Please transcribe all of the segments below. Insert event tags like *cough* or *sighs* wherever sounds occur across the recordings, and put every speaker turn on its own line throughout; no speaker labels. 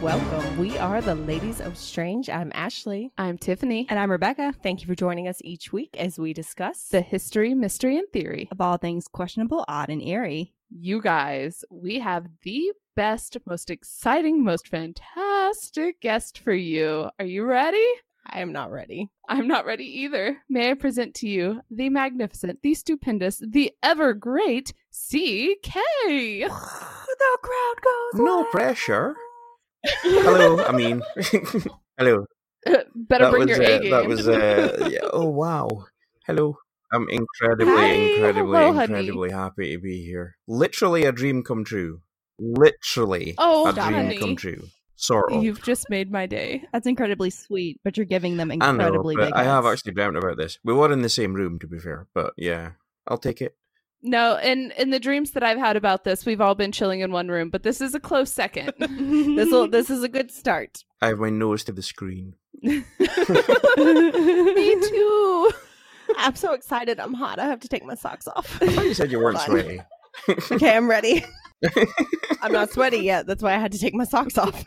Welcome. We are the Ladies of Strange. I'm Ashley.
I'm Tiffany.
And I'm Rebecca
Thank you for joining us each week as we discuss
The history, mystery, and theory.
of all things questionable, odd, and eerie.
You guys, we have the best, most exciting, most fantastic guest for you. Are you ready?
I am not ready.
I'm not ready either. May I present to you the magnificent, the stupendous, the ever great CK.
*sighs* the crowd goes
No
wild. *laughs*
pressure. Hello, I mean, *laughs* hello.
*laughs* Better bring
was
your A
uh,
game.
that
*laughs*
was uh, yeah. oh wow. Hello. I'm incredibly,
Hi,
incredibly,
hello, honey.
incredibly happy to be here. Literally a dream come true. Literally
Oh,
a dream
honey.
come true. Sort of.
You've just made my day.
That's incredibly sweet, but you're giving them
I know,
incredibly big
but I have
heads.
actually dreamt about this. We were in the same room, to be fair, but yeah, I'll take it.
No, and in the dreams that I've had about this, we've all been chilling in one room, but this is a close
*laughs*
second.
*laughs* This
*laughs*
will. this is a good start. *laughs*
I have my nose to
*laughs*
the screen.
Me too.
I'm so excited. I'm hot. I have to take my socks off.
I thought you said you weren't
Fine.
sweaty.
okay, I'm ready. I'm not sweaty yet. That's why I had to take my socks off.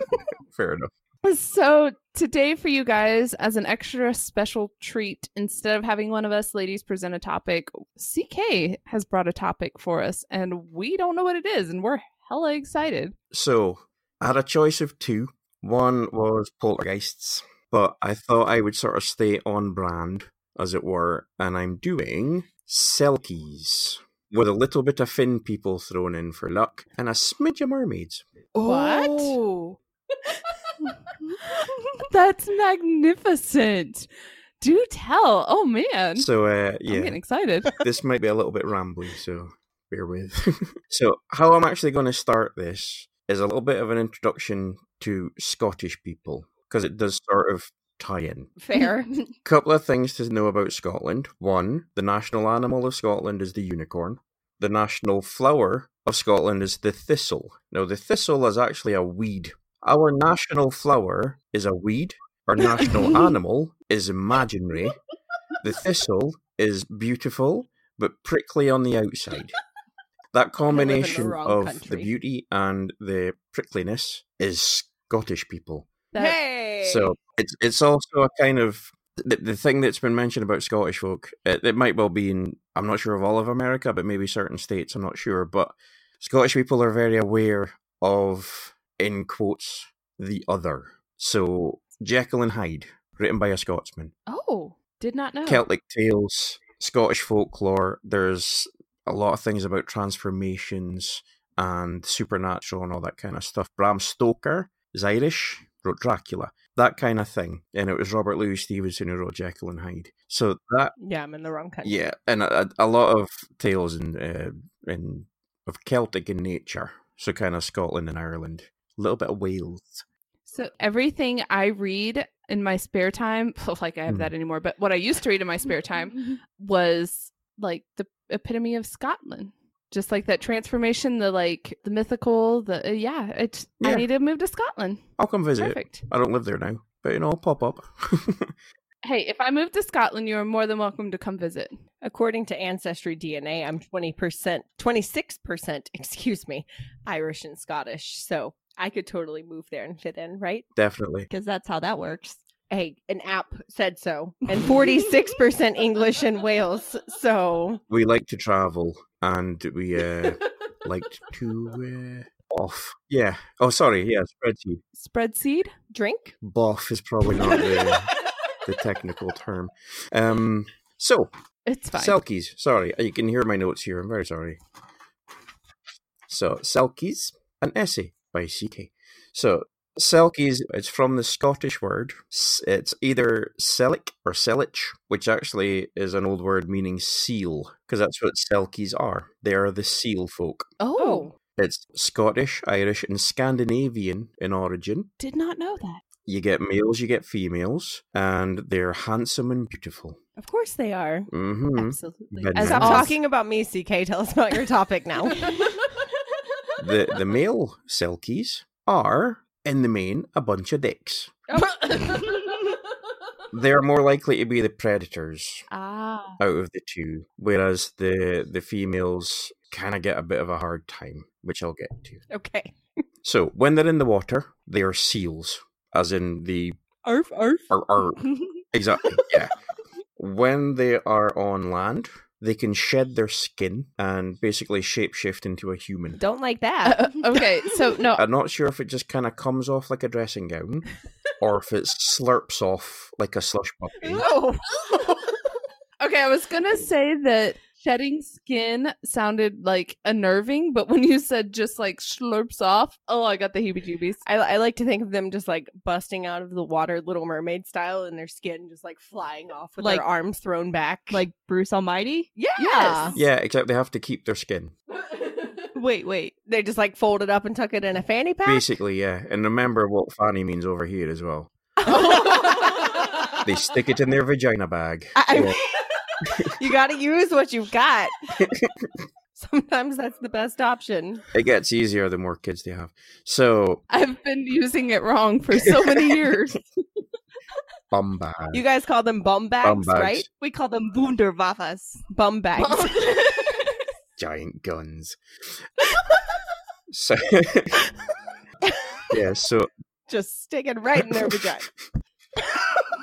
Fair enough.
So, today for you guys, as an extra special treat, instead of having one of us ladies present a topic, CK has brought a topic for us, and we don't know what it is, and we're hella excited.
So I had a choice of two. One was poltergeists, but I thought I would sort of stay on brand, as it were, and I'm doing selkies with a little bit of Finn people thrown in for luck and a smidge of mermaids.
What?
Oh.
*laughs*
*laughs*
That's magnificent. Do tell. Oh, man.
So uh, yeah,
I'm getting *laughs* excited.
this might be a little bit rambly, so bear with. *laughs* so, how I'm actually going to start this is a little bit of an introduction to Scottish people because it does sort of tie in.
*laughs* Fair.
Couple of things to know about Scotland. One, the national animal of Scotland is the unicorn. The national flower of Scotland is the thistle. Now, the thistle is actually a weed. Our national flower is a weed.
*laughs*
Our national animal is imaginary. The thistle is beautiful but prickly on the outside.
*laughs*
That combination
wrong
of the
country.
beauty and the prickliness is Scottish people.
*laughs* That-
hey.
So it's it's also a kind of the, the thing that's been mentioned about Scottish folk. It, it might well be in I'm not sure of all of America, but maybe certain states. I'm not sure, but Scottish people are very aware of in quotes the other. So Jekyll and Hyde, written by a Scotsman.
oh, did not know.
Celtic tales, Scottish folklore. There's a lot of things about transformations and supernatural and all that kind of stuff. Bram Stoker is Irish, wrote Dracula, that kind of thing. And it was Robert Louis Stevenson who wrote Jekyll and Hyde. So that,
yeah, I'm in the wrong country.
yeah, and a, a lot of tales in, uh, in of Celtic in nature. So kind of Scotland and Ireland, a little bit of Wales.
So everything I read in my spare time, *laughs* like I have
Hmm.
that anymore, but what I used to read in my spare time
*laughs*
was like the epitome of Scotland. Just like that transformation, the like the mythical, the uh, yeah, it's I
Yeah.
need to move to Scotland.
I'll come visit.
Perfect.
I don't live there now, but you know, I'll pop up. *laughs*
Hey, if I move to Scotland, you are more than welcome to come visit.
According to Ancestry DNA, I'm 20%, 26%, *laughs* excuse me, Irish and Scottish. So I could totally move there and fit in, right?
Definitely.
Because that's how that works.
Hey, an app said so. And 46% English and Wales. So
we like to travel and we uh liked to uh, off yeah oh sorry yeah spreadsheet
Spread seed.
drink.
boff is probably not the, the technical term um so
It's fine.
selkies sorry uh, you can hear my notes here i'm very sorry so selkies an essay by ck so selkies it's from the scottish word S- it's either selic or selich which actually is an old word meaning seal because that's what selkies are they are the seal folk
oh,
it's Scottish, Irish, and Scandinavian in origin.
did not know that.
You get males, you get females, and they're handsome and beautiful.
Of course they are.
hmm
Absolutely.
Been
As
Stop
Yes.
all-
talking about me, CK. Tell us about your topic now.
*laughs*
The the male selkies are, in the main, a bunch of dicks. *laughs*
*laughs*
*laughs*
They're more likely to be the predators
ah,
out of the two, whereas the the females kind of get a bit of a hard time, which I'll get to.
okay.
So when they're in the water, they are seals, as in the
Arf, arf.
ar- ar- Exactly. Yeah. when they are on land, they can shed their skin and basically shapeshift into a human.
Don't like that.
Uh, *laughs* okay, so
*laughs*
no,
I'm not sure if it just kind of comes off like a dressing gown, or if it slurps off like a slush puppy.
No. okay, I was gonna say that shedding skin sounded like unnerving, but when you said just like slurps off, oh, I got the heebie-jeebies.
*laughs* I, I like to think of them just like busting out of the water, Little Mermaid style, and their skin just like flying off with
Like-
their arms thrown back.
Like Bruce Almighty?
yeah,
Yes.
Yeah, except they have to keep their skin.
Wait, wait.
They just like fold it up and tuck it in a fanny pack. *laughs*
Basically, yeah. And remember what fanny means over here as well. They stick it in their vagina bag.
I- I
Yeah.
mean, *laughs* you got to use what you've
*laughs*
got. Sometimes that's the best option.
It gets easier the more kids they have. So,
I've been using it wrong for so *laughs* many years.
bum bag.
You guys call them bum bags,
Bum bags.
right?
We call them Wunderwaffes.
Bum bags.
giant guns. so *laughs* yeah, so
*laughs* just stick it right in their vagina.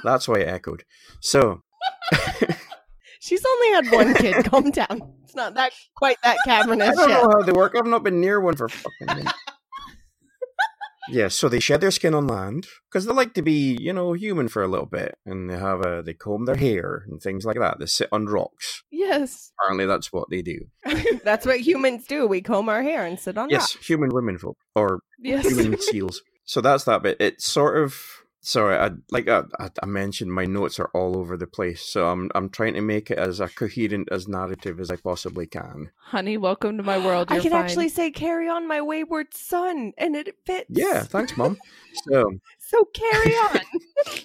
that's why it echoed. So
She's only had one *laughs* kid. Calm down. It's not that quite that
I
cavernous
don't
yet.
know how they work. I've not been near one for fucking. Minute. Yeah, so they shed their skin on land because they like to be, you know, human for a little bit, and they have a they comb their hair and things like that. They sit on rocks.
*laughs* yes.
Apparently, that's what they do.
*laughs* That's what humans do. We comb our hair and sit on
Yes, human women folk or
Yes.
*laughs* human seals. So that's that bit. It's sort of sorry. I like I, I- I mentioned my notes are all over the place, so I'm I'm trying to make it as a coherent as narrative as I possibly can.
Honey, welcome to my world.
I
You're
can
fine.
actually say carry on my wayward son and it fits.
Yeah, thanks, mom. so
So
*laughs*
carry on.
yeah,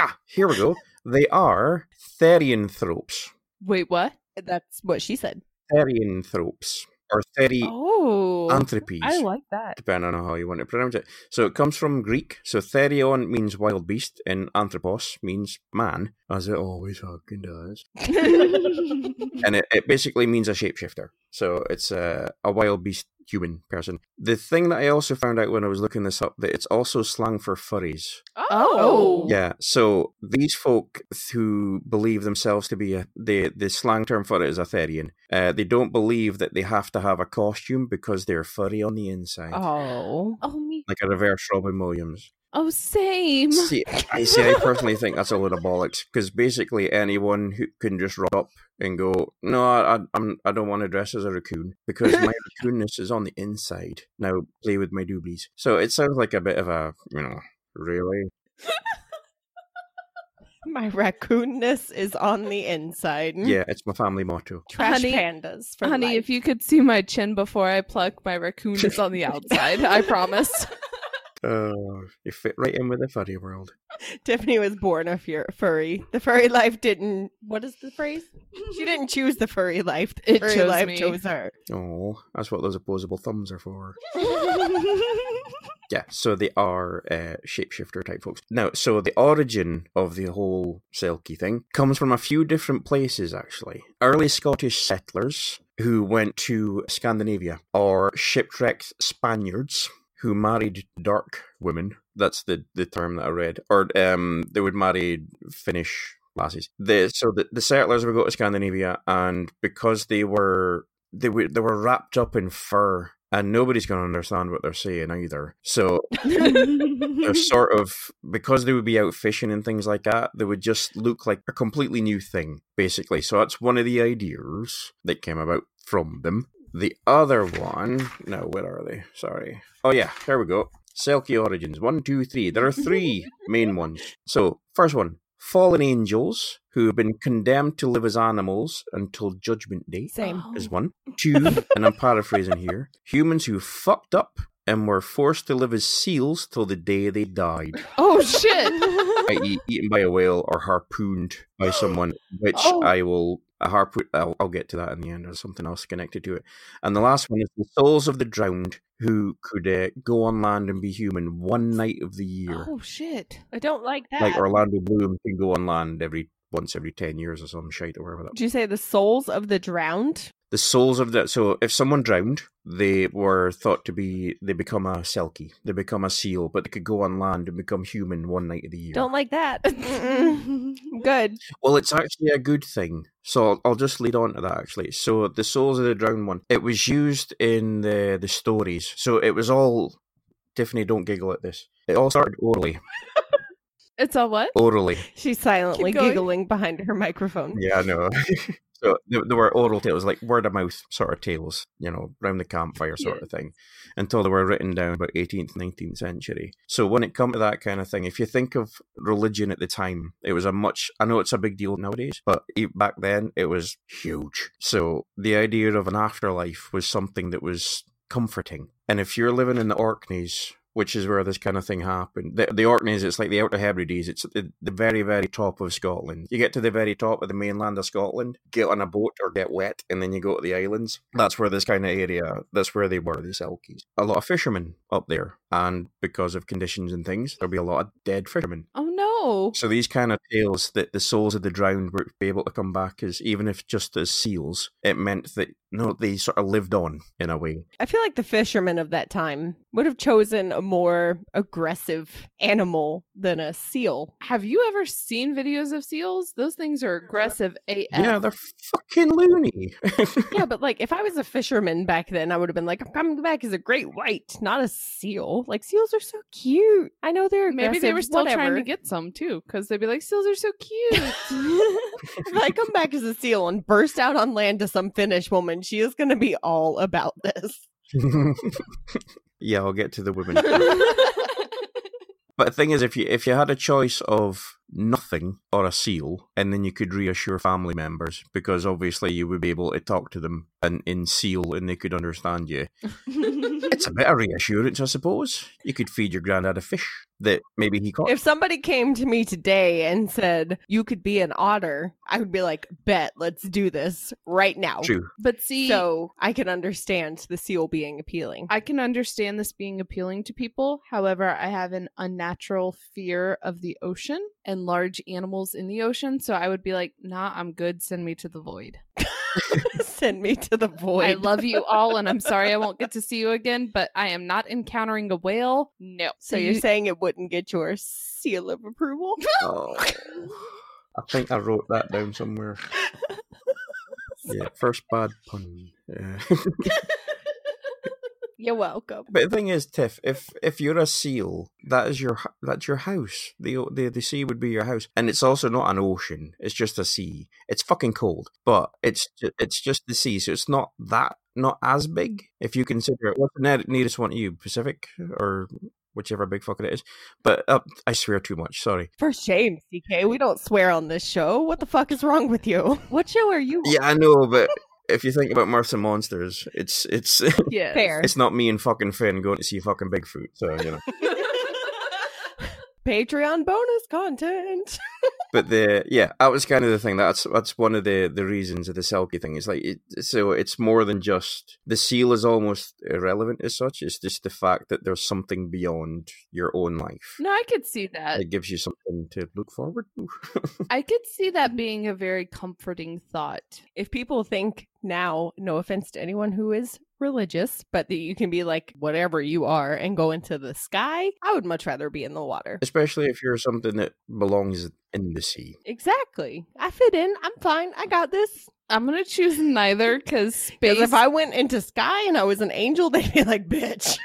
Ah, here we go. They are therianthropes.
Wait, what?
That's what she said.
Therianthropes or therianthropes,
Oh, I like that.
depending on how you want to pronounce it. So it comes from Greek. So therion means wild beast, and anthropos means man, as it always
*laughs*
fucking does. and it, it basically means a shapeshifter. So it's a, a wild beast human person. The thing that I also found out when I was looking this up that it's also slang for furries.
*laughs* Oh.
Yeah. So these folk who believe themselves to be a the the slang term for it is a therian. Uh, they don't believe that they have to have a costume because they're furry on the inside.
Oh.
Oh me.
Like a reverse Robin Williams.
Oh, same.
See, I see. I personally think that's a load of bollocks because basically anyone who can just rock up and go, no, I, I- I'm, I don't want to dress as a raccoon because my raccoonness is on the inside. Now play with my doobies. So it sounds like a bit of a, you know, really.
My raccoonness is on the inside.
Yeah, it's my family motto.
Trash
Honey-
pandas for
Honey,
life. *laughs*
if you could see my chin before I pluck, my raccoon is on the outside.
*laughs*
I promise.
Oh, you fit right in with the furry world.
Tiffany was born a fur- furry. The furry life didn't what is the phrase? She didn't choose the furry life. The
It
furry
chose
life
me.
chose *laughs* her.
Oh, that's what those opposable thumbs are for. Yeah, so they are uh, shapeshifter type folks. Now, so the origin of the whole Selkie thing comes from a few different places, actually. Early Scottish settlers who went to Scandinavia or shipwrecked Spaniards who married dark women. That's the, the term that I read. Or um, they would marry Finnish lasses. The, so the, the settlers would go to Scandinavia, and because they were they were they were wrapped up in fur and nobody's going to understand what they're saying either so
*laughs*
they're sort of because they would be out fishing and things like that they would just look like a completely new thing basically so that's one of the ideas that came about from them the other one no where are they sorry oh yeah there we go selkie origins one two three there are three main ones so first one fallen angels who have been condemned to live as animals until judgment day
*laughs* Same. Oh.
is one. Two, and I'm paraphrasing here humans who fucked up and were forced to live as seals till the day they died,
Oh shit.
i.e., eaten by a whale or harpooned by someone, which
Oh.
I will. A harpoon, I'll, I'll get to that in the end, or something else connected to it. And the last one is the souls of the drowned who could uh, go on land and be human one night of the year.
Oh shit.
*laughs* I don't like that.
Like Orlando Bloom can go on land every once every 10 years or some shite or whatever that
Did you say the souls of the drowned?
The souls of the so if someone drowned, they were thought to be they become a selkie, they become a seal, but they could go on land and become human one night of the year.
Don't like that. *laughs* Mm-mm. Good.
Well, it's actually a good thing. So I'll, I'll just lead on to that actually. So the souls of the drowned one, it was used in the the stories. So it was all Tiffany. Don't giggle at this. It all started orally,
*laughs* It's a what?
Oh.
orally.
She's silently
Keep going.
giggling behind her microphone.
Yeah, I know. *laughs* so there, there were oral tales, like word of mouth sort of tales, you know, round the campfire sort of thing, until they were written down about 18th, 19th century. So when it come to that kind of thing, if you think of religion at the time, it was a much, I know it's a big deal nowadays, but e- back then it was huge. So the idea of an afterlife was something that was comforting. And if you're living in the Orkneys, which is where this kind of thing happened. The, the Orkneys, it's like the Outer Hebrides. It's the, the very, very top of Scotland. You get to the very top of the mainland of Scotland, get on a boat or get wet, and then you go to the islands. That's where this kind of area, that's where they were, the Selkies. A lot of fishermen up there. And because of conditions and things, there'll be a lot of dead fishermen.
Oh no.
So these kind of tales that the souls of the drowned would be able to come back as, even if just as seals, it meant that, no, they sort of lived on in a way.
I feel like the fishermen of that time would have chosen a more aggressive animal than a seal.
Have you ever seen videos of seals? Those things are aggressive AF.
Yeah, they're fucking loony.
*laughs* yeah, but like if I was a fisherman back then, I would have been like, I'm coming back as a great white, not a seal. Like seals are so cute. I know they're
Maybe they
aggressive,
were still trying to
whatever.
get some too, because they'd be like, seals are so
*laughs*
cute.
if I come back as a seal and burst out on land to some Finnish woman, she is going to be all about
*laughs*
this.
yeah, I'll get to the women. But the thing is, if you if you had a choice of nothing or a seal, and then you could reassure family members because obviously you would be able to talk to them and in seal, and they could understand you. It's a bit of reassurance, I suppose. You could feed your granddad a fish that maybe he caught.
If somebody came to me today and said, You could be an otter, I would be like, Bet, let's do this right now.
True.
but see,
So I can understand the seal being appealing.
I can understand this being appealing to people. However, I have an unnatural fear of the ocean and large animals in the ocean. So I would be like, nah, I'm good. Send me to the void.
*laughs* Send me to the void.
I love you all, and I'm sorry I won't get to see you again, but I am not encountering a whale. No.
So you're saying it wouldn't get your seal of
*laughs*
approval?
Oh, I think I wrote that down *laughs* somewhere. Yeah, first bad pun. Yeah.
You're welcome.
But the thing is, Tiff, if if you're a seal, that is your h- that's your house. The o- the the sea would be your house, and it's also not an ocean. It's just a sea. It's fucking cold, but it's ju- it's just the sea, so it's not that not as big if you consider it. What's the ne- nearest one to you, Pacific or whichever big fucking it is? But uh, I swear too much. Sorry.
For shame, CK. We don't swear on this show. What the fuck is wrong with you? What show are you on?
Yeah, I know, but. If you think about Mirth and Monsters, it's it's *laughs*
yeah.
Fair.
it's not me and fucking Finn going to see fucking Bigfoot. So you know.
Patreon bonus content.
but the yeah, that was kind of the thing. That's that's one of the the reasons of the Selkie thing. It's like it, so it's more than just the seal is almost irrelevant as such. It's just the fact that there's something beyond your own life.
No, I could see that.
It gives you something to look forward to. *laughs*
I could see that being a very comforting thought.
If people think now, no offense to anyone who is religious, but that you can be like whatever you are and go into the sky, I would much rather be in the water.
Especially if you're something that belongs in the sea.
Exactly. I fit in. I'm fine. I got this.
I'm going to choose neither because space.
Because if I went into sky and I was an angel, *laughs* they'd be like,
*laughs*
bitch,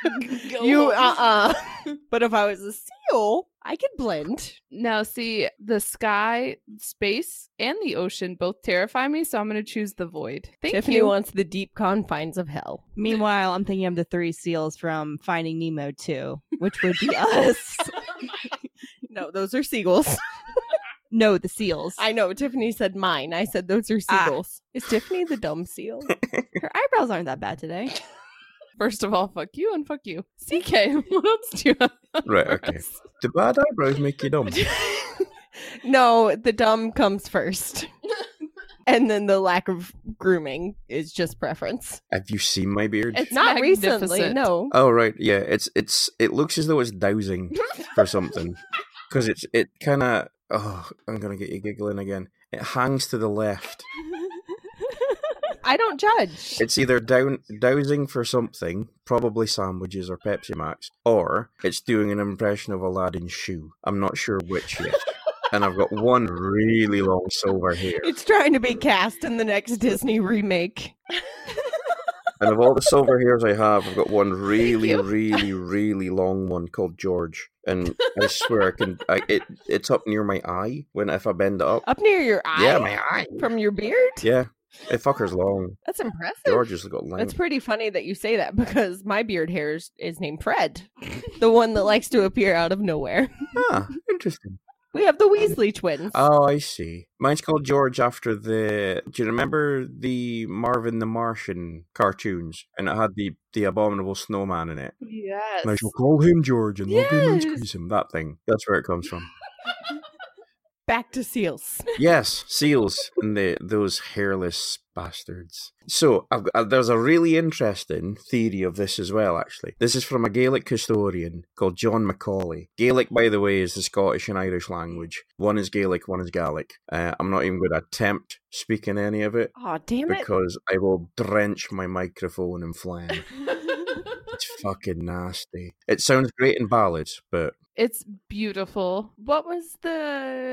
you, uh uh but if I was a seal, I could blend.
Now, see, the sky, space, and the ocean both terrify me, so I'm going to choose the void. Thank
Tiffany
you.
wants the deep confines of hell.
*laughs*
Meanwhile, I'm thinking of the three seals from Finding Nemo 2, which would be *laughs* us.
No, those are seagulls.
No, the seals.
I know. Tiffany said mine. I said those are
Ah.
seagulls. Is Tiffany the dumb seal?
Her eyebrows aren't that bad today.
First of all, fuck you and fuck you.
*laughs*
CK, *laughs* what else do you have?
Right,
for *laughs*
okay.
us?
The bad eyebrows make you dumb.
*laughs* no, the dumb comes *laughs* first. and then the lack of grooming is just preference.
Have you seen my beard?
It's
Not recently,
magnificent.
no.
Oh right, yeah. It's it's it looks as though it's dowsing for something because it's it kind of. Oh, I'm gonna get you giggling again. It hangs to the left.
I don't judge.
It's either down dowsing for something, probably sandwiches or Pepsi Max, or it's doing an impression of Aladdin's shoe. I'm not sure which yet. and I've got one really long silver hair.
It's trying to be cast in the next Disney remake.
And of all the silver hairs I have, I've got one really,
you.
really, really long one called George. And I swear I can. I, it it's up near my eye when if I bend it up.
Up near your eye?
Yeah, my eye.
From your beard?
Yeah, it fucker's long.
That's impressive.
George has got length.
That's pretty funny that you say that because my beard hair is, is named Fred, the one that likes to appear out of nowhere. *laughs*
Ah, *laughs* interesting.
We have the Weasley twins.
Oh, I see. Mine's called George after the. Do you remember the Marvin the Martian cartoons? And it had the the abominable snowman in it.
Yes.
And I shall call him George and love him
Yes.
and squeeze him. That thing. That's where it comes from.
Back to seals.
yes, seals and the those hairless bastards. So I've, uh, there's a really interesting theory of this as well. Actually, this is from a Gaelic historian called John Macaulay. Gaelic, by the way, is the Scottish and Irish language. One is Gaelic, one is Gaelic. Uh, I'm not even going to attempt speaking any of it
Oh, damn it.
because I will drench my microphone
*laughs*
in phlegm. it's fucking nasty. It sounds great in ballads, but
It's beautiful.
What was the.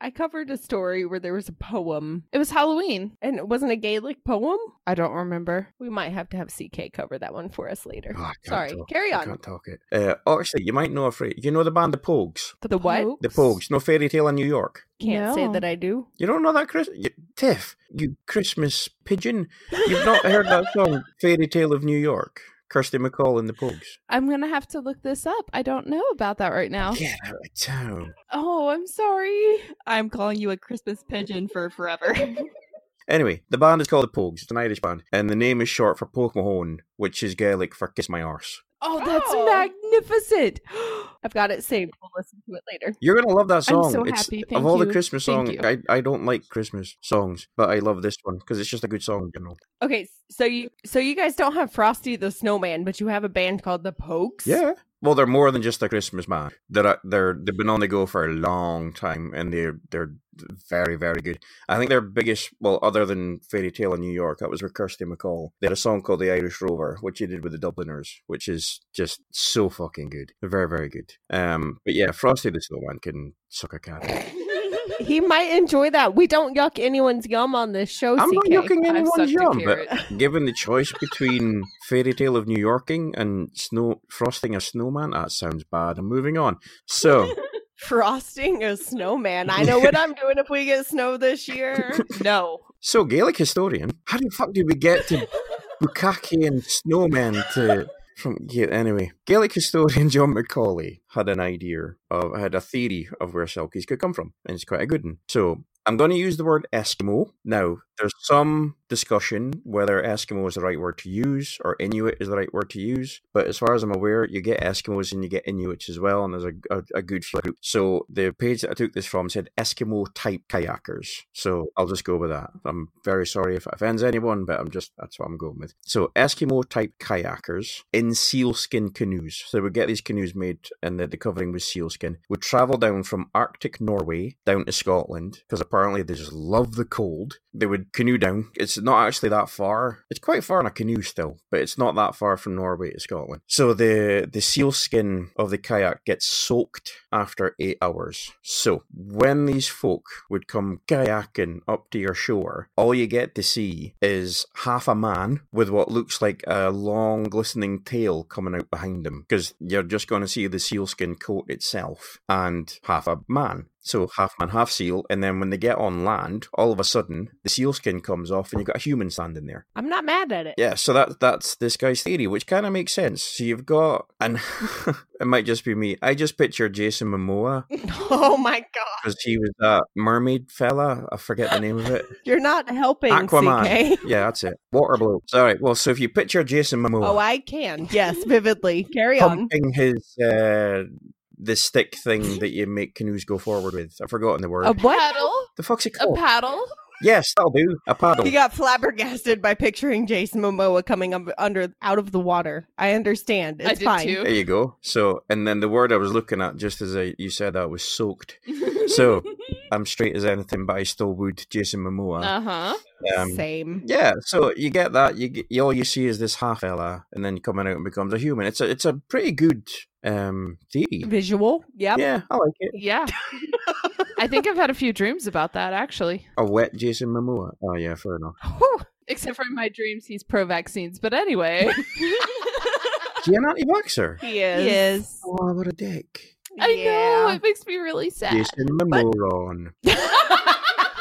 I covered a story where there was a poem,
It was Halloween.
and it wasn't a Gaelic poem.
I don't remember.
We might have to have CK cover that one for us later.
oh, I can't
Sorry,
talk.
carry
I
on.
can't talk it. Uh, actually, you might know a phrase. You know the band The Pogues?
The, what?
The Pogues. No fairy tale in New York.
Can't say
No.
that I do.
You don't know that, Chris? You, Tiff, you Christmas pigeon. You've not heard that song, Fairy Tale of New York. Kirsty McCall and the Pogues.
I'm gonna have to look this up. I don't know about that right now.
Get out of town.
Oh, I'm sorry.
I'm calling you a Christmas pigeon for forever. *laughs*
Anyway, the band is called The Pogues. It's an Irish band. And the name is short for Pokemahone, which is Gaelic for Kiss My Arse.
Oh, that's
Oh. *gasps*
magnificent.
I've got it saved. We'll listen to it later.
You're going to love that song.
I'm so
it's,
happy. Thank
Of all
you.
the Christmas
Thank
songs,
you.
I, I don't like Christmas songs, but I love this one because it's just a good song, you know.
Okay, s- so you so you guys don't have Frosty the Snowman, but you have a band called the Pokes.
Yeah. Well, they're more than just a Christmas band. They're uh, they're they've been on the go for a long time, and they're they're very very good. I think their biggest, well, other than Fairy Tale in New York, that was with Kirsty McCall. They had a song called "The Irish Rover," which he did with the Dubliners, which is just so fucking good. They're very very good. Um, but yeah, Frosty the Snowman can suck a cat.
he might enjoy that. We don't yuck anyone's yum on this show.
I'm not
CK.
yucking
I've
anyone's
sucked a
*laughs*
yum,
carrot.
but given the choice between Fairy Tale of New Yorking and snow frosting a snowman, that sounds bad. I'm moving on. So.
Frosting a snowman. *laughs* I know what I'm doing if we get snow this *laughs* year. No.
So, Gaelic historian, how the fuck did we get
*laughs*
to Bukaki and snowmen to from yeah, anyway? Gaelic historian John Macaulay had an idea of had a theory of where selkies could come from, and it's quite a good one. So. I'm going to use the word Eskimo. Now, there's some discussion whether Eskimo is the right word to use or Inuit is the right word to use. But as far as I'm aware, you get Eskimos and you get Inuits as well, and there's a, a, a good few groups. So the page that I took this from said Eskimo type kayakers. So I'll just go with that. I'm very sorry if it offends anyone, but I'm just that's what I'm going with. So Eskimo type kayakers in sealskin canoes. So they would get these canoes made, and the, the covering was sealskin. Would travel down from Arctic Norway down to Scotland because apparently they just love the cold. They would canoe down. It's not actually that far. It's quite far in a canoe still, but it's not that far from Norway to Scotland. So the the seal skin of the kayak gets soaked after eight hours. So when these folk would come kayaking up to your shore, all you get to see is half a man with what looks like a long glistening tail coming out behind him because you're just going to see the sealskin coat itself and half a man. So half man, half seal, and then when they get on land, all of a sudden the sealskin comes off, and you've got a human standing there.
I'm not mad at it.
Yeah, so that that's this guy's theory, which kind of makes sense. So you've got, and *laughs* it might just be me. I just picture Jason Momoa
*laughs* Oh my god.
because he was that mermaid fella. I forget the name of it.
You're not helping
Aquaman.
CK.
Yeah, that's it. Water blow. All right. Well, so if you picture Jason Momoa,
Oh, I can. Yes, vividly. Carry on.
pumping his uh, the stick thing that you make canoes go forward with, I've forgotten the word.
A what?
Paddle.
the fuck's it
A
called?
paddle.
yes, that'll do. A paddle.
He got flabbergasted by picturing Jason Momoa coming up under out of the water. I understand. It's
I did
fine.
There
too.
you
*laughs*
*laughs*
go. So, and then the word I was looking at just as I, you said that was soaked. So I'm straight as anything, but I still would Jason Momoa.
Uh huh.
Ah,
um,
Same.
yeah, so you get that. You, get, you all you see is this half fella, and then coming out and becomes a human. It's a it's a pretty good um theory.
Visual. Yep.
Yeah, I like
*laughs*
it.
Yeah. I think I've had a few dreams about that actually.
A wet Jason Momoa. Oh yeah, fair enough.
Whew.
Except for in my dreams, he's pro vaccines. But anyway,
Is he an anti-vaxer?
*laughs* He is.
He is.
Oh, what a dick.
I know
Yeah.
it makes me really sad.
Jason Momoa.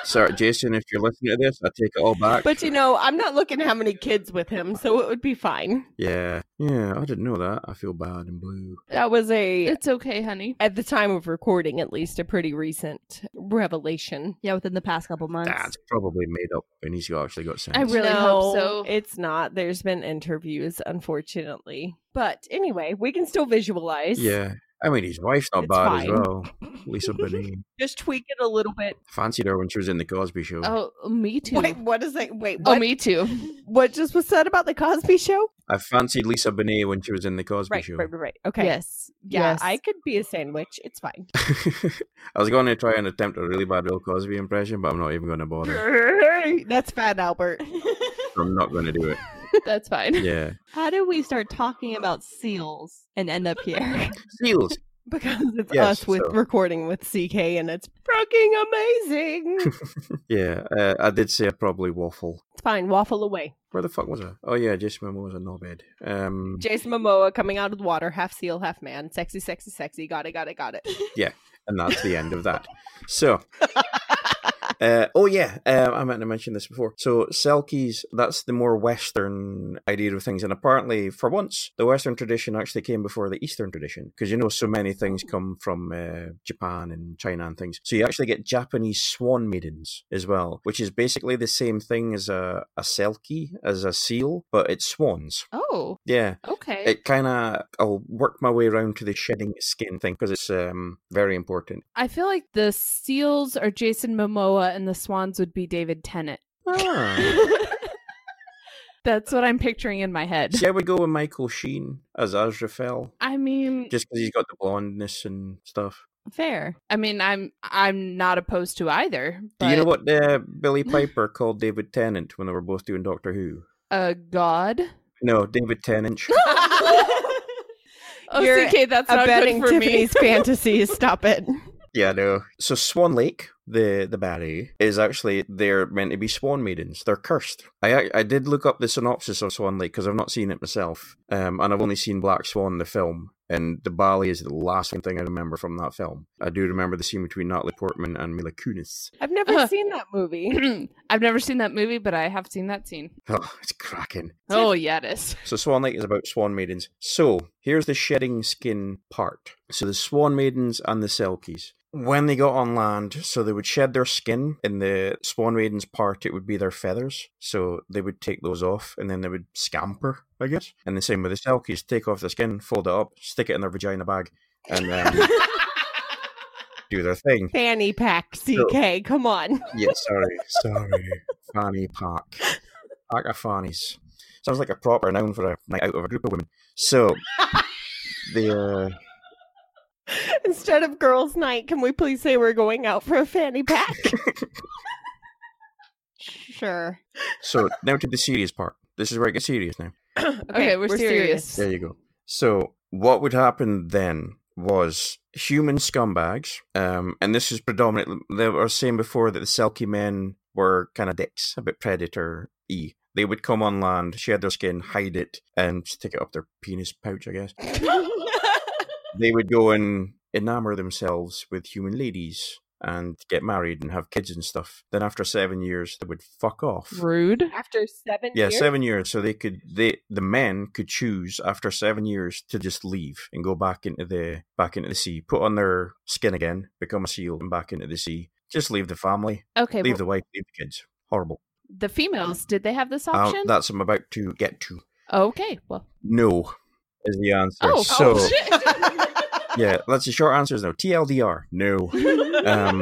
Sorry, Jason, if you're listening to this, I take it all back.
But you know, I'm not looking how many kids with him, so it would be fine.
yeah, yeah, I didn't know that. I feel bad and blue.
That was a
It's okay, honey.
at the time of recording at least a pretty recent revelation.
Yeah, within the past couple months.
That's probably made up, and he's actually got sense.
I really- hope so.
It's not. There's been interviews, unfortunately. But anyway, we can still visualize.
yeah, I mean, his wife's not
It's
bad as
fine.
well. Lisa Bonet.
Just tweak it a little bit.
Fancied her when she was in the Cosby Show.
Oh, me too.
Wait, what is it? Wait,
oh,
what?
me too.
what just was said about the Cosby Show?
I fancied Lisa Bonet when she was in the Cosby
Right,
Show.
right, right, right. Okay.
Yes.
Yeah,
yes.
I could be a sandwich. It's fine.
*laughs* I was going to try and attempt a really bad Bill Cosby impression, but I'm not even going to bother.
That's fat Albert.
I'm not going to
*laughs*
do it.
That's
*laughs*
fine.
Yeah,
How do we start talking about seals and end up here?
seals.
because it's
Yes,
us with
so-
recording with CK and it's fucking amazing.
*laughs*
it's
Yeah, uh, I did say I probably waffle.
fine. Waffle away.
Where the fuck was I? Oh yeah, Jason Momoa was a knobhead. Um,
Jason Momoa coming out of the water, half seal, half man. Sexy, sexy, sexy. Got it, got it, got it.
and that's the end of that. So, uh, oh yeah, um, I meant to mention this before. So selkies, that's the more Western idea of things, and apparently, for once, the Western tradition actually came before the Eastern tradition because you know so many things come from uh, Japan and China and things. So you actually get Japanese swan maidens as well, which is basically the same thing as a a selkie, as a seal, but it's swans.
Oh,
Yeah.
okay.
It kind of, I'll work my way around to the shedding skin thing because it's um, very important.
I feel like the seals are Jason Momoa and the swans would be David Tennant. Ah.
*laughs*
That's what I'm picturing in my head.
See, I would go with Michael Sheen as Azrafel,
I mean,
just because he's got the blondness and stuff.
*laughs* Fair.
I mean, I'm I'm not opposed to either. But,
Do you know what uh,
*laughs*
Billy Piper called David Tennant when they were both doing Doctor Who?
Uh, God.
No,
*gasps*
David Tennant.
Oh,
You're
CK, that's not
Abetting
good for
Tiffany's
me.
fantasies. Stop it.
yeah, no. So Swan Lake, the the baddie, is actually they're meant to be swan maidens. They're cursed. I ac- I did look up the synopsis of Swan Lake because I've not seen it myself, um, and I've only seen Black Swan the film. And the Bali is the last thing I remember from that film. I do remember the scene between Natalie Portman and Mila Kunis.
I've never seen that movie.
*laughs* I've never seen that movie, but I have seen that scene.
Oh, it's cracking.
Oh yeah, it is.
So Swan Lake is about swan maidens. So here's the shedding skin part. So the swan maidens and the selkies. When they got on land, so they would shed their skin. In the swan maidens part, it would be their feathers. So they would take those off and then they would scamper, I guess. And the same with the selkies, take off the skin, fold it up, stick it in their vagina bag, and
*laughs*
then do their thing.
*laughs* Fanny pack, CK. Come on.
Yeah, sorry, sorry. Fanny pack. Pack of fannies. Sounds like a proper noun for a night out of a group of women. So, the uh,
Instead of girls' night, can we please say we're going out for a fanny pack? *clears throat*
Sure.
so now to the serious part. This is where it gets serious now.
Okay, we're, serious.
There you go. So, what would happen then was human scumbags, um, and this is predominantly, they were saying before that the Selkie men were kind of dicks, a bit predator y. They would come on land, shed their skin, hide it, and stick it up their penis pouch, I guess. they would go and enamor themselves with human ladies and get married and have kids and stuff. Then after seven years, they would fuck off.
Rude.
After seven
Yeah,
years.
seven years. So they could they the men could choose after seven years to just leave and go back into the back into the sea, put on their skin again, become a seal, and back into the sea. Just leave the family,
Okay,
leave
but
the wife, leave the kids. Horrible.
the females did they have this
Uh,
option?
that's what I'm about to get to.
okay, well.
No, is the answer.
Oh,
so
oh *laughs* shit.
yeah, that's the short answer is no. TLDR, no. *laughs*
*laughs*
um,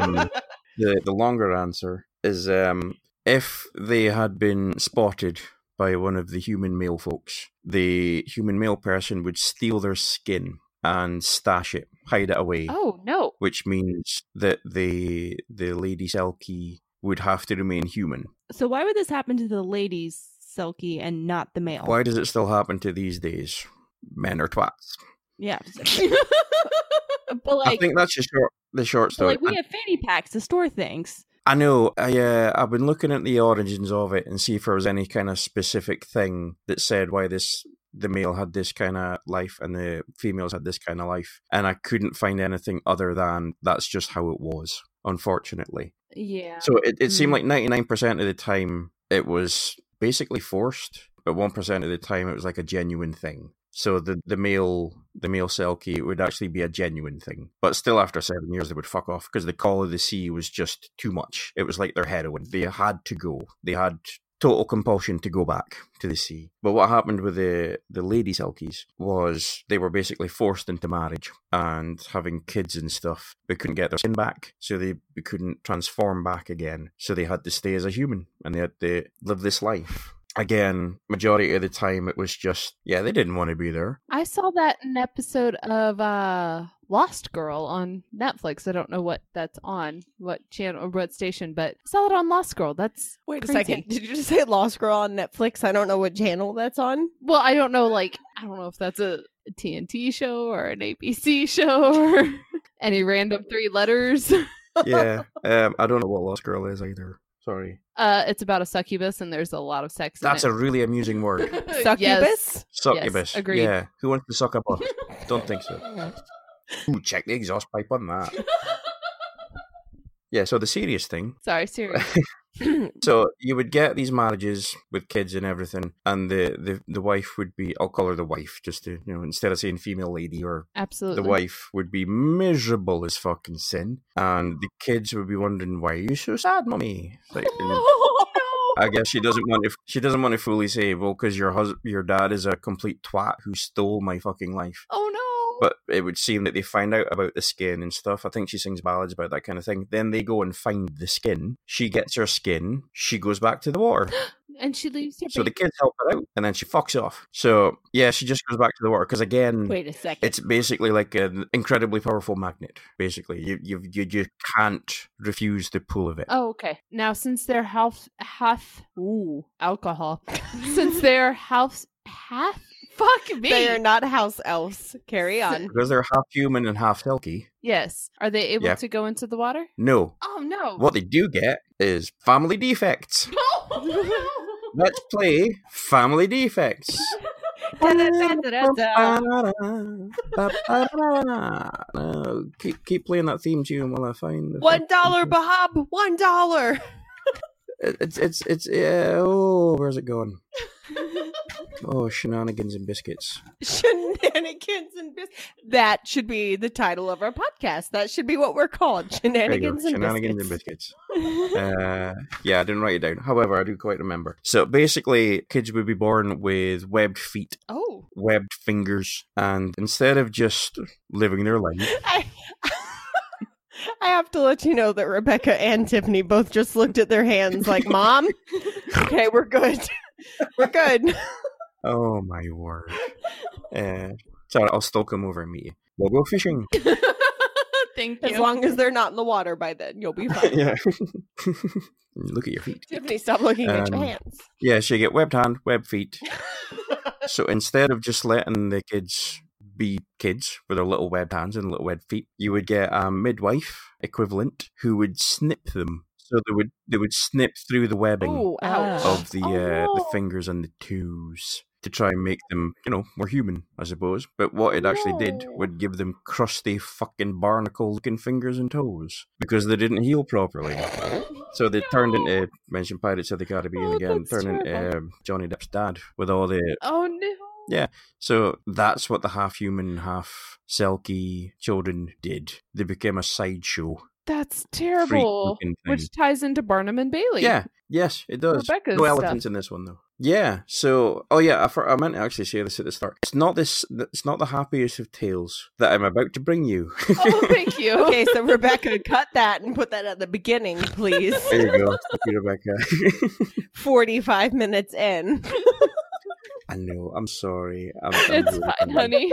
the the longer answer is um, if they had been spotted by one of the human male folks, the human male person would steal their skin and stash it, hide it away,
Oh no.
which means that the the Lady Selkie would have to remain human.
So why would this happen to the ladies, Selkie, and not the male?
Why does it still happen to these days? Men are twats.
*laughs* Yeah.
But
I
like,
think that's the short the short
So
story.
like we have fanny packs to store things.
I know. I uh, I've been looking at the origins of it and see if there was any kind of specific thing that said why this the male had this kind of life and the females had this kind of life, and I couldn't find anything other than that's just how it was. Unfortunately,
yeah.
so it, it seemed like ninety nine percent of the time it was basically forced, but one percent of the time it was like a genuine thing. So the the male the male selkie would actually be a genuine thing, but still after seven years they would fuck off because the call of the sea was just too much. It was like their heroin; they had to go. They had total compulsion to go back to the sea. But what happened with the the lady selkies was they were basically forced into marriage and having kids and stuff. They couldn't get their skin back, so they, they couldn't transform back again. So they had to stay as a human and they had to live this life. Again, majority of the time it was just yeah, they didn't want to be there.
I saw that in an episode of uh Lost Girl on Netflix. I don't know what that's on, what channel or what station, but I saw it on Lost Girl. That's
Wait
Crazy.
a second. Did you just say Lost Girl on Netflix? I don't know what channel that's on.
well, I don't know like I don't know if that's a TNT show or an ABC *laughs* show or any random three letters. *laughs*
Yeah. um I don't know what Lost Girl is either. Sorry.
Uh it's about a succubus and there's a lot of sex
That's
in
a really amusing word.
it.
*laughs*
*laughs*
Succubus?
Yes.
Succubus.
agreed.
Yeah. Who wants to suck a
*laughs*
butt? Don't think so. Ooh, check the exhaust pipe on that.
*laughs*
Yeah, so the serious thing.
Sorry,
*laughs*
serious.
*clears throat* So you would get these marriages with kids and everything, and the, the, the wife would be I'll call her the wife, just to you know, instead of saying female lady or
Absolutely.
the wife would be miserable as fucking sin. And the kids would be wondering, Why are you so sad, mommy? It's Like, you know,
*laughs*
I guess she doesn't want to. She doesn't want to fully say, "Well, because your husband, your dad is a complete twat who stole my fucking life."
Oh no.
But it would seem that they find out about the skin and stuff. I think she sings ballads about that kind of thing. Then they go and find the skin. She gets her skin. She goes back to
*gasps*
the water.
and she leaves her
So the
baby.
kids help her out, and then she fucks off. So yeah, she just goes back to the water because again,
Wait a second.
it's basically like an incredibly powerful magnet. Basically, you you you, you can't refuse the pull of it.
Oh, okay. Now, since they're half half ooh alcohol, since they're half half fuck me.
They are not house elves. Carry
*laughs*
on.
Because they're half human and half selkie.
yes, are they able
Yeah.
to go into the water?
No,
Oh no!
*laughs* What they do get is family defects. Let's play family defects. No, keep, keep playing that theme tune while I find the
One dollar, Bob. One dollar.
It- It's it's it's yeah, oh, where's it going? Oh, shenanigans and biscuits.
*laughs* Shenanigans and biscuits. That should be the title of our podcast. That should be what we're called.
There you go,
Shenanigans, and,
shenanigans
biscuits.
and biscuits. uh, yeah, I didn't write it down. However, I do quite remember. So basically, kids would be born with webbed feet
Oh,
webbed fingers and instead of just living their life
I. I have to let you know that Rebecca and Tiffany both just looked at their hands like, "Mom, okay, we're good. We're good."
oh my word uh, sorry i'll still come over and meet you we'll go fishing *laughs*
Thank
As
you.
long as they're not in the water by then, you'll be fine.
*laughs* yeah look at your feet
Tiffany, stop looking at your
Um,
hands.
yeah so you get webbed hand webbed feet so instead of just letting the kids be kids with their little webbed hands and little webbed feet you would get a midwife equivalent who would snip them so they would they would snip through the webbing
Ooh, ouch.
Oh.
of the
Oh,
uh, the
no.
fingers and the toes to try and make them, you know, more human, I suppose. But what it actually did
No.
would give them crusty fucking barnacle-looking fingers and toes because they didn't heal properly. So they turned into mentioned Pirates of the Caribbean
Oh,
again,
that's
turned into
terrible.
um, Johnny Depp's dad with all the.
oh no!
Yeah. So that's what the half human, half selkie children did. They became a sideshow.
That's
Terrible.
freak-looking thing.
which ties into Barnum and Bailey.
Yeah. Yes, it does.
Rebecca's
no
stuff.
elephants in this one though. Yeah. So, oh yeah, I, for, I meant to actually say this at the start. It's not this. It's not the happiest of tales that I'm about to bring you.
*laughs*
*laughs*
Oh, thank you.
Okay, so Rebecca, cut that and put that at the beginning,
*laughs*
please.
there you go, Thank you, Rebecca. *laughs*
45 minutes in.
I know. I'm sorry. I'm, I'm
*laughs* It's
really
fine,
sorry.
honey.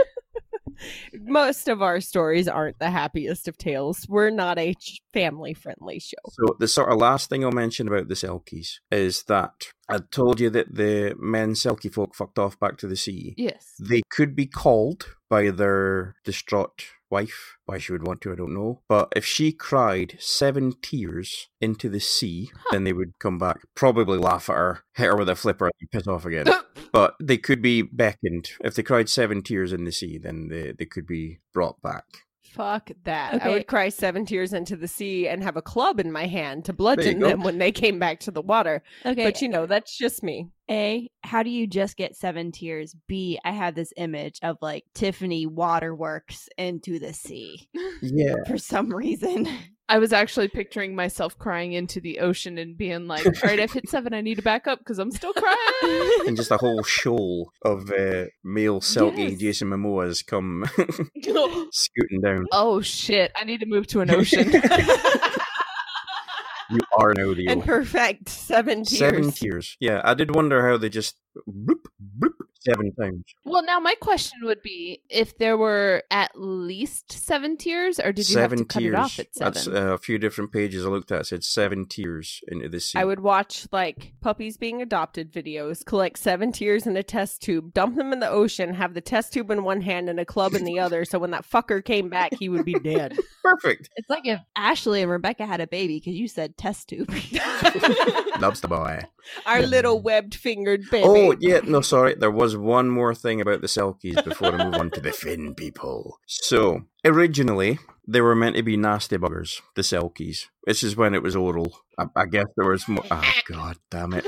Most of our stories aren't the happiest of tales. We're not a family friendly show.
*laughs* So the sort of last thing I'll mention about the Selkies is that I told you that the men Selkie folk fucked off back to the sea.
Yes.
They could be called by their distraught wife. Why she would want to, I don't know. But if she cried seven tears into the sea, then they would come back, probably laugh at her, hit her with a flipper, and piss
*laughs*
off again. but they could be beckoned. If they cried seven tears in the sea, then they, they could be brought back.
Fuck that. I
Okay.
would cry seven tears into the sea and have a club in my hand to
There you
bludgeon
go.
them when they came back to the water.
Okay.
But you know, that's just me.
A, how do you just get seven tears? B, I have this image of like Tiffany waterworks into
*laughs*
the sea
Yeah.
for some reason. *laughs*
I was actually picturing myself crying into the ocean and being
*laughs*
like, all right, I've hit seven. I need to back up because I'm still crying.
And just a whole shoal of uh, male Selkie
Yes.
Jason Momoas come *laughs* scooting down.
oh, shit. I need to move to an
*laughs*
ocean.
You are now the
And
old-
perfect seven tears.
seven tears. Yeah, I did wonder how they just bloop, bloop, seven times.
well, now my question would be if there were at least seven tiers, or did you
seven
have to cut
tears.
it off at
That's
seven?
uh, a few different pages I looked at. It said seven tears into the sea.
I would watch like puppies being adopted videos, collect seven tears in a test tube, dump them in the ocean, have the test tube in one hand and a club in the other. So when that fucker came back, he would be dead.
*laughs*
Perfect.
It's
*laughs*
like if Ashley and Rebecca had a baby because you said test tube. *laughs*
That's the boy.
*laughs* Our little webbed fingered baby.
Oh, yeah, no, sorry. There was one more thing about the Selkies before I move on to the Finn people. So, originally, they were meant to be nasty buggers, the Selkies. This is when it was oral. I, I guess there was more. Oh, god damn it.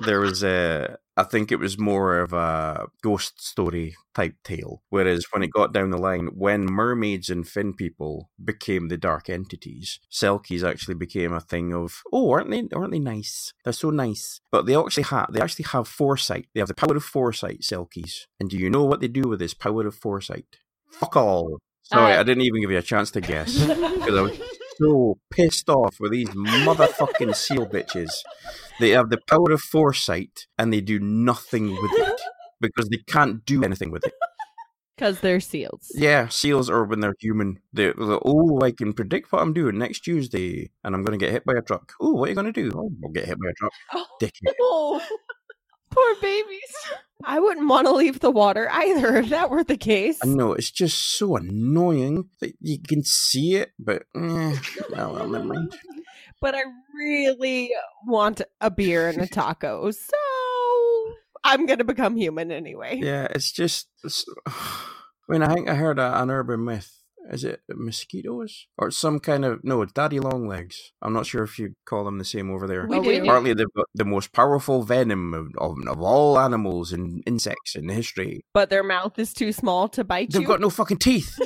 There was a. I think it was more of a ghost story type tale. Whereas when it got down the line, when mermaids and fin people became the dark entities, Selkies actually became a thing of oh, aren't they aren't they nice? They're so nice. But they actually have they actually have foresight. They have the power of foresight, Selkies. And do you know what they do with this power of foresight? Fuck all. Sorry,
Uh,
I didn't even give you a chance to guess because I was so pissed off with these motherfucking seal bitches. They have the power of foresight and they do nothing with it because they can't do anything with it.
Because they're seals.
Yeah, seals are when they're human. They're like, oh, I can predict what I'm doing next Tuesday and I'm going to get hit by a truck. Oh, what are you going to do? Oh, I'll get hit by a truck. Dickhead.
Poor babies.
I wouldn't want to leave the water either if that were the case.
I know, it's just so annoying that you can see it, but eh, oh well, never mind.
But I really want a beer and a taco. So I'm going to become human anyway.
Yeah, it's just. It's, *sighs* I mean, I think I heard a, an urban myth. Is it mosquitoes or some kind of no? It's daddy long legs. I'm not sure if you call them the same over there.
We
Oh, we
do.
do.
Apparently, they've got the most powerful venom of, of, of all animals and insects in history.
But their mouth is too small to bite
They've
you.
got no fucking teeth.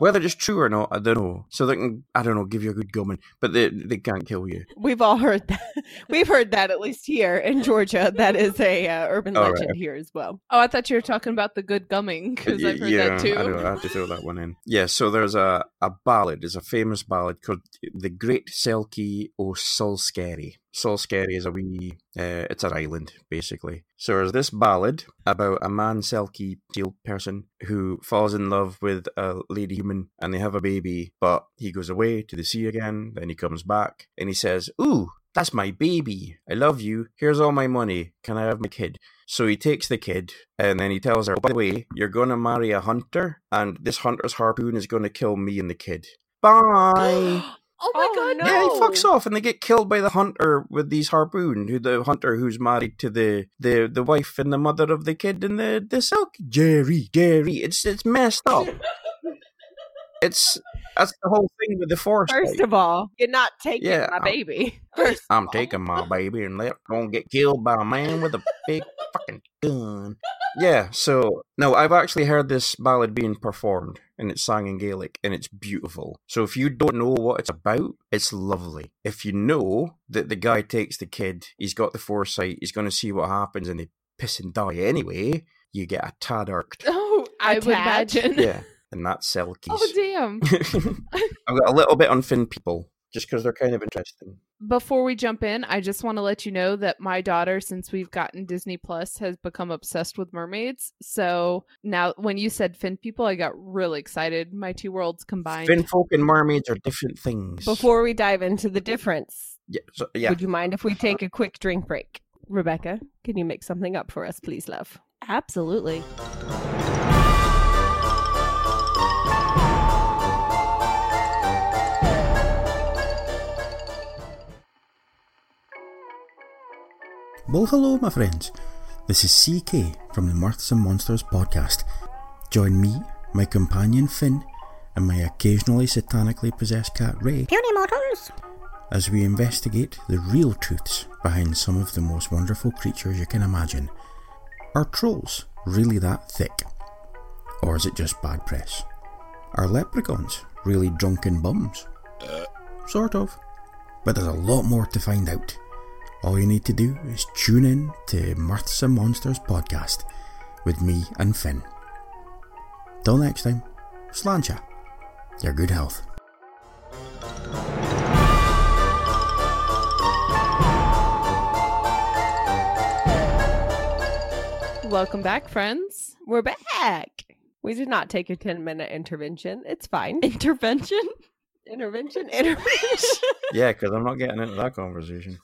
Whether it's true or not, I don't know. So they can, I don't know, give you a good gumming, but they they can't kill you.
We've all heard that. *laughs* We've heard that at least here in Georgia. That is a uh, urban
All right.
legend here as well.
Oh, I thought you were talking about the good gumming because
Y-
I've heard
yeah,
that too.
I, know, I have to throw that one in. Yeah, so there's a, a ballad, there's a famous ballad called The Great Selkie o Solskeri. Solskeri is a wee, uh, it's an island, basically. So there's this ballad about a man Selkie deal person who falls in love with a lady human and they have a baby, but he goes away to the sea again, then he comes back and he says, Ooh, that's my baby. I love you. Here's all my money. Can I have my kid? So he takes the kid and then he tells her, oh, by the way, you're going to marry a hunter and this hunter's harpoon is going to kill me and the kid.
*gasps*
Bye.
Oh my
Oh,
god,
no.
Yeah, he
no.
fucks off and they get killed by the hunter with these harpoon, who the hunter who's married to the, the, the wife and the mother of the kid and the, the silk. Jerry, Jerry. It's it's messed
*laughs*
up. it's that's the whole thing with the forest.
First of all, you're not taking
Yeah,
my
I'm-
baby.
I'm taking my baby and let going get killed by a man with a big fucking gun. Yeah, so no, I've actually heard this ballad being performed and it's sung in Gaelic and it's beautiful. So if you don't know what it's about, it's lovely. If you know that the guy takes the kid, he's got the foresight, he's gonna see what happens and they piss and die anyway, you get a tad irked.
*laughs* Oh, I would *laughs*
Attach.
imagine.
*laughs* Yeah. And that's Selkies.
Oh damn.
I've got a little bit on Finn people. just because they're kind of interesting.
Before we jump in, I just want to let you know that my daughter, since we've gotten Disney Plus, has become obsessed with mermaids. So now, when you said fin people, I got really excited. My two worlds combined.
Finfolk and mermaids are different things.
Before we dive into the difference,
yeah, so, yeah.
would you mind if we take a quick drink break? Rebecca, can you make something up for us, please, love? *laughs*
Absolutely.
Well, hello, my friends. This is CK from the Mirths and Monsters podcast. Join me, my companion Finn, and my occasionally satanically possessed cat Ray as we investigate the real truths behind some of the most wonderful creatures you can imagine. Are trolls really that thick? Or is it just bad press? Are leprechauns really drunken bums? Sort of. But there's a lot more to find out. All you need to do is tune in to Mirths and Monsters podcast with me and Finn. Till next time, slancha, your good health.
Welcome back, friends.
We're back. We did not take a 10 minute intervention. It's fine.
Intervention?
Intervention? *laughs* Intervention.
Yeah, because I'm not getting into that conversation.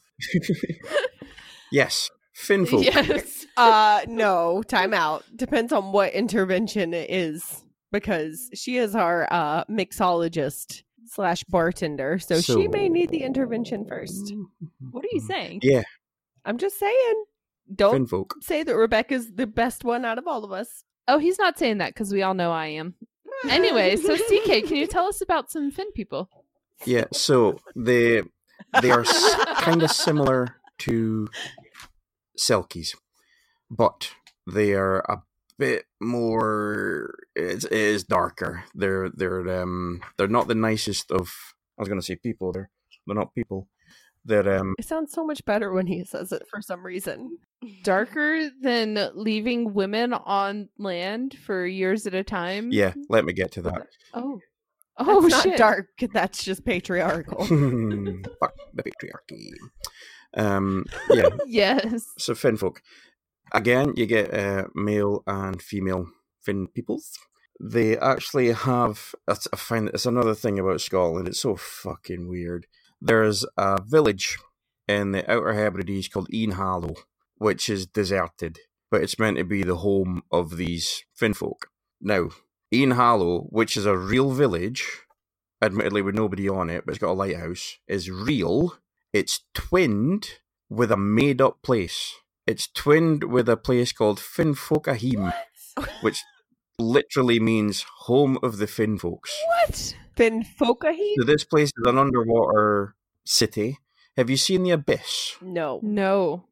yes, Finfolk.
Yes.
uh, no, time out. Depends on what intervention it is because she is our uh, mixologist slash bartender. So, she may need the intervention first.
What are
Mm.
you saying?
Yeah,
I'm just saying. Don't
Finfolk.
say that Rebecca's the best one out of all of us.
Oh, he's not saying that because we all know I am.
*laughs*
Anyway,
*laughs*
so CK, can you tell us about some fin people?
Yeah, so they they are kind of similar to Selkies, but they are a bit more. It's, it is darker. They're they're um they're not the nicest of. I was gonna say people. They're they're not people. They're um
It sounds so much better when he says it for some reason.
Darker than leaving women on land for years at a time.
yeah. Let me get to that.
Oh. Oh
That's
shit.
not dark. That's just patriarchal.
*laughs* Fuck the patriarchy. Um yeah.
Yes.
so fin folk again you get uh, male and female fin peoples they actually have that's- i find it's another thing about scotland it's so fucking weird there's a village in the outer hebrides called Enhallow, which is deserted but it's meant to be the home of these fin folk now Enhallow, which is a real village admittedly with nobody on it but it's got a lighthouse is real it's twinned with a made up place. It's twinned with a place called Finfolkahim,
*laughs*
which literally means home of the Finn folks.
What? Finn Focahe?
So this place is an underwater city. Have you seen the abyss?
No.
No.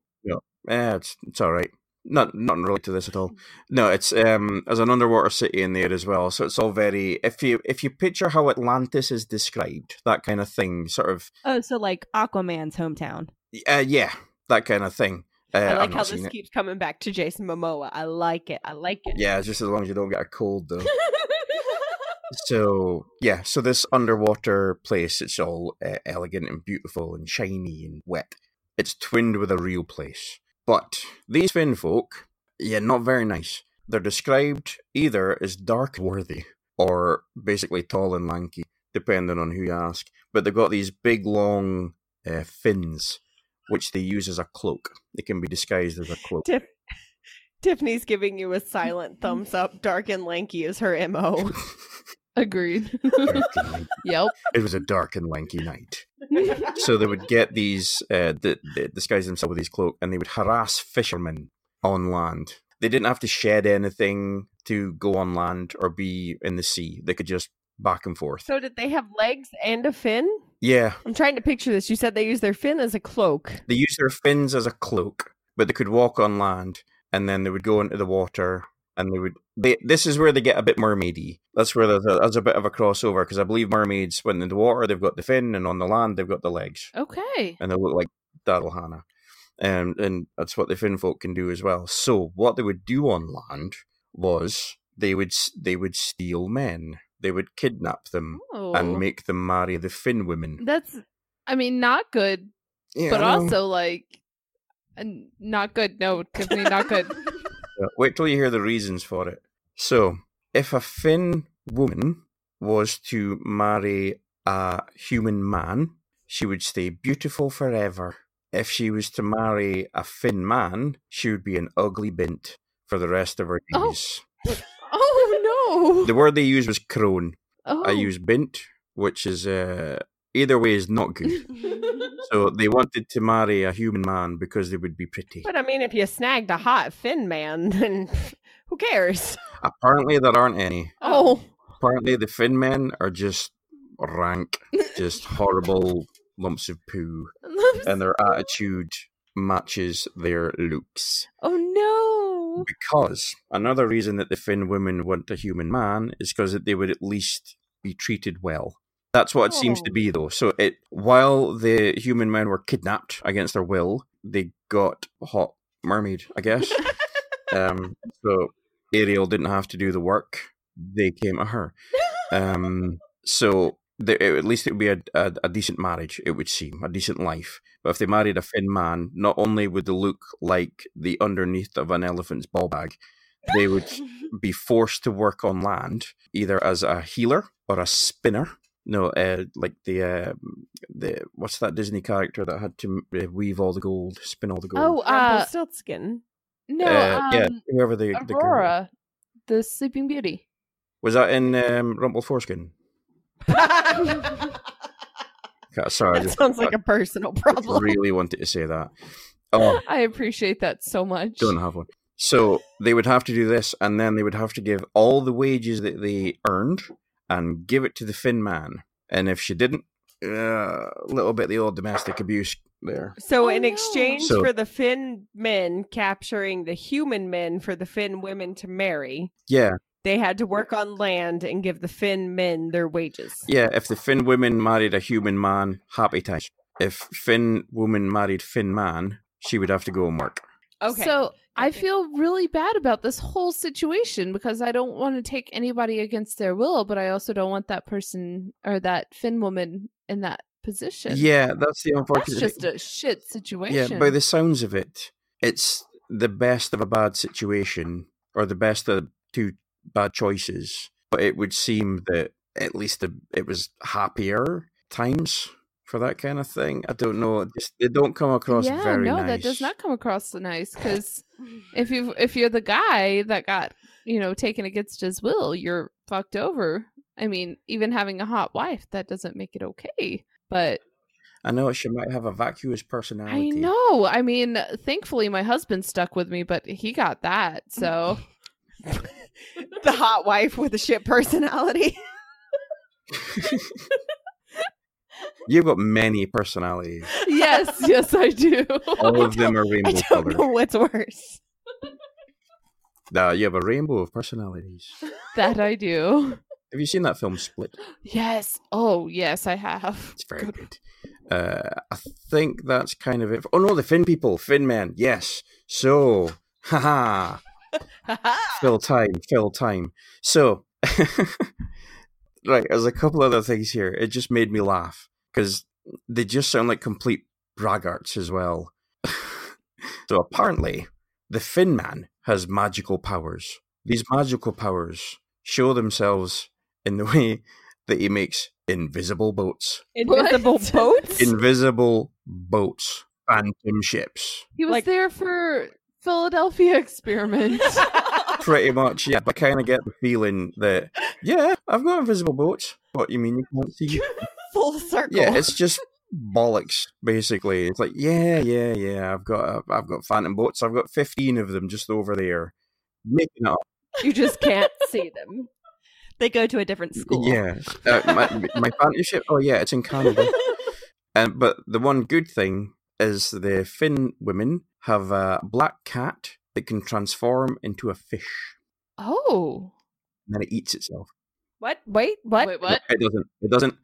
Eh, it's, it's all right. Not nothing related to this at all. No, it's um there's an underwater city in there as well. So it's all very if you if you picture how Atlantis is described, that kind of thing, sort of
Oh, so like Aquaman's hometown.
uh, yeah, that kind of thing. Uh,
I
I've
like
not
how
seen
this
it.
keeps coming back to Jason Momoa. I like it. I like it.
Yeah, just as long as you don't get a cold though.
*laughs*
So yeah, so this underwater place, it's all uh, elegant and beautiful and shiny and wet. It's twinned with a real place, but these Finn folk, yeah, not very nice. They're described either as dark worthy or basically tall and lanky, depending on who you ask. But they've got these big long uh, fins, which they use as a cloak. They can be disguised as a cloak.
Tiff- Tiffany's giving you a silent thumbs up. Dark and lanky is her MO.
*laughs*
Agreed.
Dark and lanky.
yep.
it was a dark and lanky night. so they would get these, uh, the, the, disguise themselves with these cloak, and they would harass fishermen on land. They didn't have to shed anything to go on land or be in the sea. They could just back and forth.
so, did they have legs and a fin?
Yeah,
I'm trying to picture this. You said they use their fin as a cloak.
they used their fins as a cloak, but they could walk on land, and then they would go into the water, and they would. They, this is where they get a bit mermaidy. That's where there's a, there's a bit of a crossover because I believe mermaids, when in the water, they've got the fin, and on the land, they've got the legs.
Okay.
and they look like Daryl Hannah. Um, and that's what the Finn folk can do as well. So what they would do on land was they would s- they would steal men they would kidnap them
Oh.
Oh.
and make them marry the Finn women.
That's, I mean, not good,
Yeah,
but
I know.
also like, n- not good. No, Tiffany, not good.
Yeah, Wait till you hear the reasons for it. So, if a Finn woman was to marry a human man, she would stay beautiful forever. If she was to marry a Finn man, she would be an ugly bint for the rest of her
Oh.
days.
*laughs* oh no!
The word they used was crone.
Oh.
*laughs* I
*laughs*
use bint, which is uh, either way is not good.
*laughs*
so they wanted to marry a human man because they would be pretty.
But I mean, if you snagged a hot Finn man, *laughs* then who cares?
Apparently, there aren't any.
Oh,
Apparently, the Finn men are just rank, just horrible lumps of poo, and their attitude matches their looks.
oh
Because another reason that the Finn women want a human man is because they would at least be treated well. That's what it seems to be, though. So, it while the human men were kidnapped against their will, they got hot mermaid, I guess. um, so Ariel didn't have to do the work; they came to her. Um, so there, at least it would be a, a, a decent marriage, it would seem, a decent life. But if they married a Finn man, not only would they look like the underneath of an elephant's ball bag, they would be forced to work on land either as a healer or a spinner. No, uh, like the uh, the what's that Disney character that had to uh, weave all the gold, spin all the
no! Oh,
gold?
uh,
Rumpelstiltskin.
no,
uh,
um,
yeah, whoever the the girl
Aurora, the, Sleeping Beauty.
was that in um, Rumple Foreskin.
*laughs*
God, Sorry, I
that
just
sounds like a personal problem. *laughs*
really wanted to say that. Oh,
I appreciate that so much.
Don't have one. So they would have to do this, and then they would have to give all the wages that they earned and give it to the Finn man. And if she didn't, a little bit of the old domestic abuse there.
So,
Oh,
in
no.
exchange
So-
for the Finn men capturing the human men for the Finn women to marry,
Yeah,
they had to work on land and give the Finn men their wages.
yeah. If the Finn women married a human man, happy times. If Finn woman married Finn man, she would have to go and work.
Okay.
So I
Okay.
feel really bad about this whole situation because I don't want to take anybody against their will, but I also don't want that person or that Finn woman in that position.
Yeah, that's the unfortunate.
That's
thing.
just a shit situation.
Yeah, by the sounds of it, it's the best of a bad situation or the best of two bad choices. But it would seem that at least the, it was happier times for that kind of thing. I don't know. it Just, they don't come across
yeah,
very
no,
nice.
that does not come across so nice *laughs* because if you if you're the guy that got you know taken against his will, you're fucked over. I mean, even having a hot wife, that doesn't make it okay. But
I know she might have a vacuous
I
personality.
know. I mean, thankfully, my husband stuck with me, but he got that. So *laughs*
the hot wife with a shit personality. *laughs*
You've got many
*laughs*
personalities.
yes, yes, Oh, I do. *laughs*
All of them are
I
rainbow
don't know
colored.
what's
*laughs*
worse.
Nah, you have a rainbow of personalities.
that I do.
Have you seen that film Split?
Yes. Oh, yes, I have.
It's very good. Uh, I think that's kind of it. Oh no, the Finn people, Finn men. Yes. So, *laughs* haha, fill time, fill time. So, *laughs* right, there's a couple other things here. It just made me laugh because they just sound like complete braggarts as well. *laughs* so apparently, the Finn man has magical powers. These magical powers show themselves in the *laughs* way that he makes invisible boats
Invisible boats?
invisible boats, phantom ships.
He was
Like-
there for Philadelphia *laughs* experiment.
Pretty much, yeah. But I kind of get the feeling that, yeah, I've got invisible boats. What you mean you can't see?
Full circle.
Yeah, it's just bollocks, basically. It's like, yeah, yeah, yeah. I've got, I've got phantom boats. I've got fifteen of them just over there, making it up.
you just can't see them.
They go to a different
*laughs*
school.
Yeah, uh, my, my phantom ship. Oh yeah, it's in Canada. Um, but the one good thing is the Finn women have a black cat that can transform into a fish.
oh.
and then it eats itself.
What? Wait, what?
Wait, what?
It doesn't. It doesn't.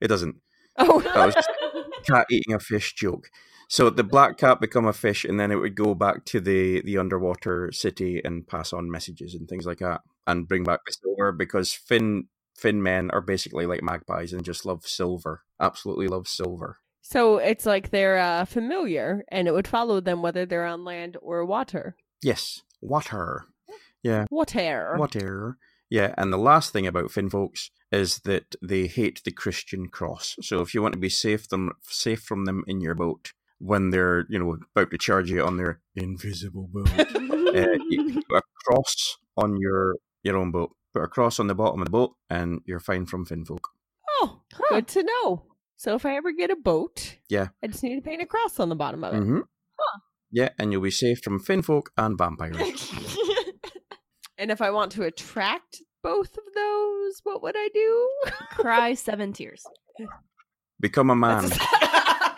It doesn't.
Oh,
That was just a cat eating a fish joke. So the black cat become a fish, and then it would go back to the the underwater city and pass on messages and things like that, and bring back the silver because Finn Finn men are basically like magpies and just love silver. Absolutely love silver.
So it's like they're uh, familiar and it would follow them whether they're on land or water.
Yes, water.
Water.
Whatever. Yeah, and the last thing about Finn folks is that they hate the Christian cross. So if you want to be safe them safe from them in your boat when they're, you know, about to charge you on their invisible boat, uh, you can put a cross on your your own boat. Put a cross on the bottom of the boat and you're fine from Finn folk.
Oh, good to know. So if I ever get a boat,
Yeah.
I just need to paint a cross on the bottom of it.
Mm-hmm. Yeah, and you'll be safe from Finn folk and vampires.
*laughs* And if I want to attract both of those, what would I do? *laughs*
Cry seven tears.
Become a man.
That's a-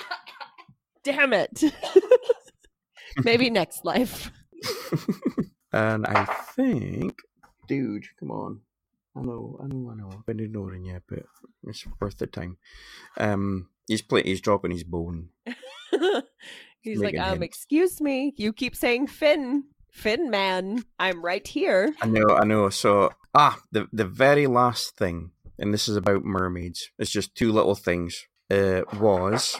*laughs* Damn it. *laughs* Maybe next life. *laughs*
*laughs* and I think, dude, come on. I know, I know, I know. I've been ignoring you, but it's worth the time. Um, he's play, he's dropping his bone.
He's
Making
like, um,
hints.
excuse me. You keep saying Finn. Finn man. I'm right here.
I know, I know. So ah, the the very last thing, and this is about mermaids. It's just two little things. Uh, was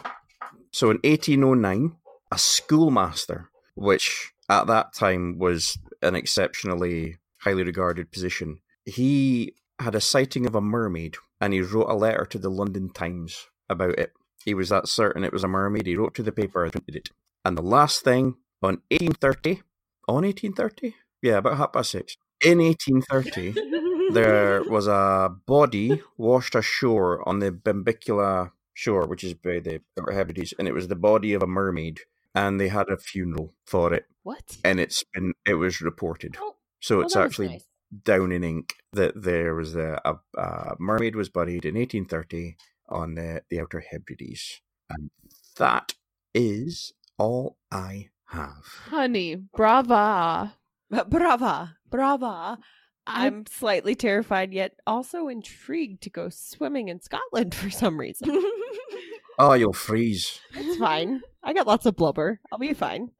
so in 1809, a schoolmaster, which at that time was an exceptionally highly regarded position, he had a sighting of a mermaid, and he wrote a letter to the London Times about it. He was that certain it was a mermaid. He wrote to the paper and printed it. And the last thing on 1830, on 1830, yeah, about half past six. In 1830, there was a body washed ashore on the Bambicula shore, which is by the Outer Hebrides, and it was the body of a mermaid, and they had a funeral for it,
What?
and it's been it was reported.
Oh,
So it's
that was
actually
nice.
down in ink that there was a, a, a mermaid was buried in 1830 on the, the Outer Hebrides, and that is all I have.
Honey, brava.
But brava, brava. I'm slightly terrified, yet also intrigued to go swimming in Scotland for some *laughs* reason.
Oh, you'll freeze.
it's *laughs* fine. I got lots of blubber. I'll be fine.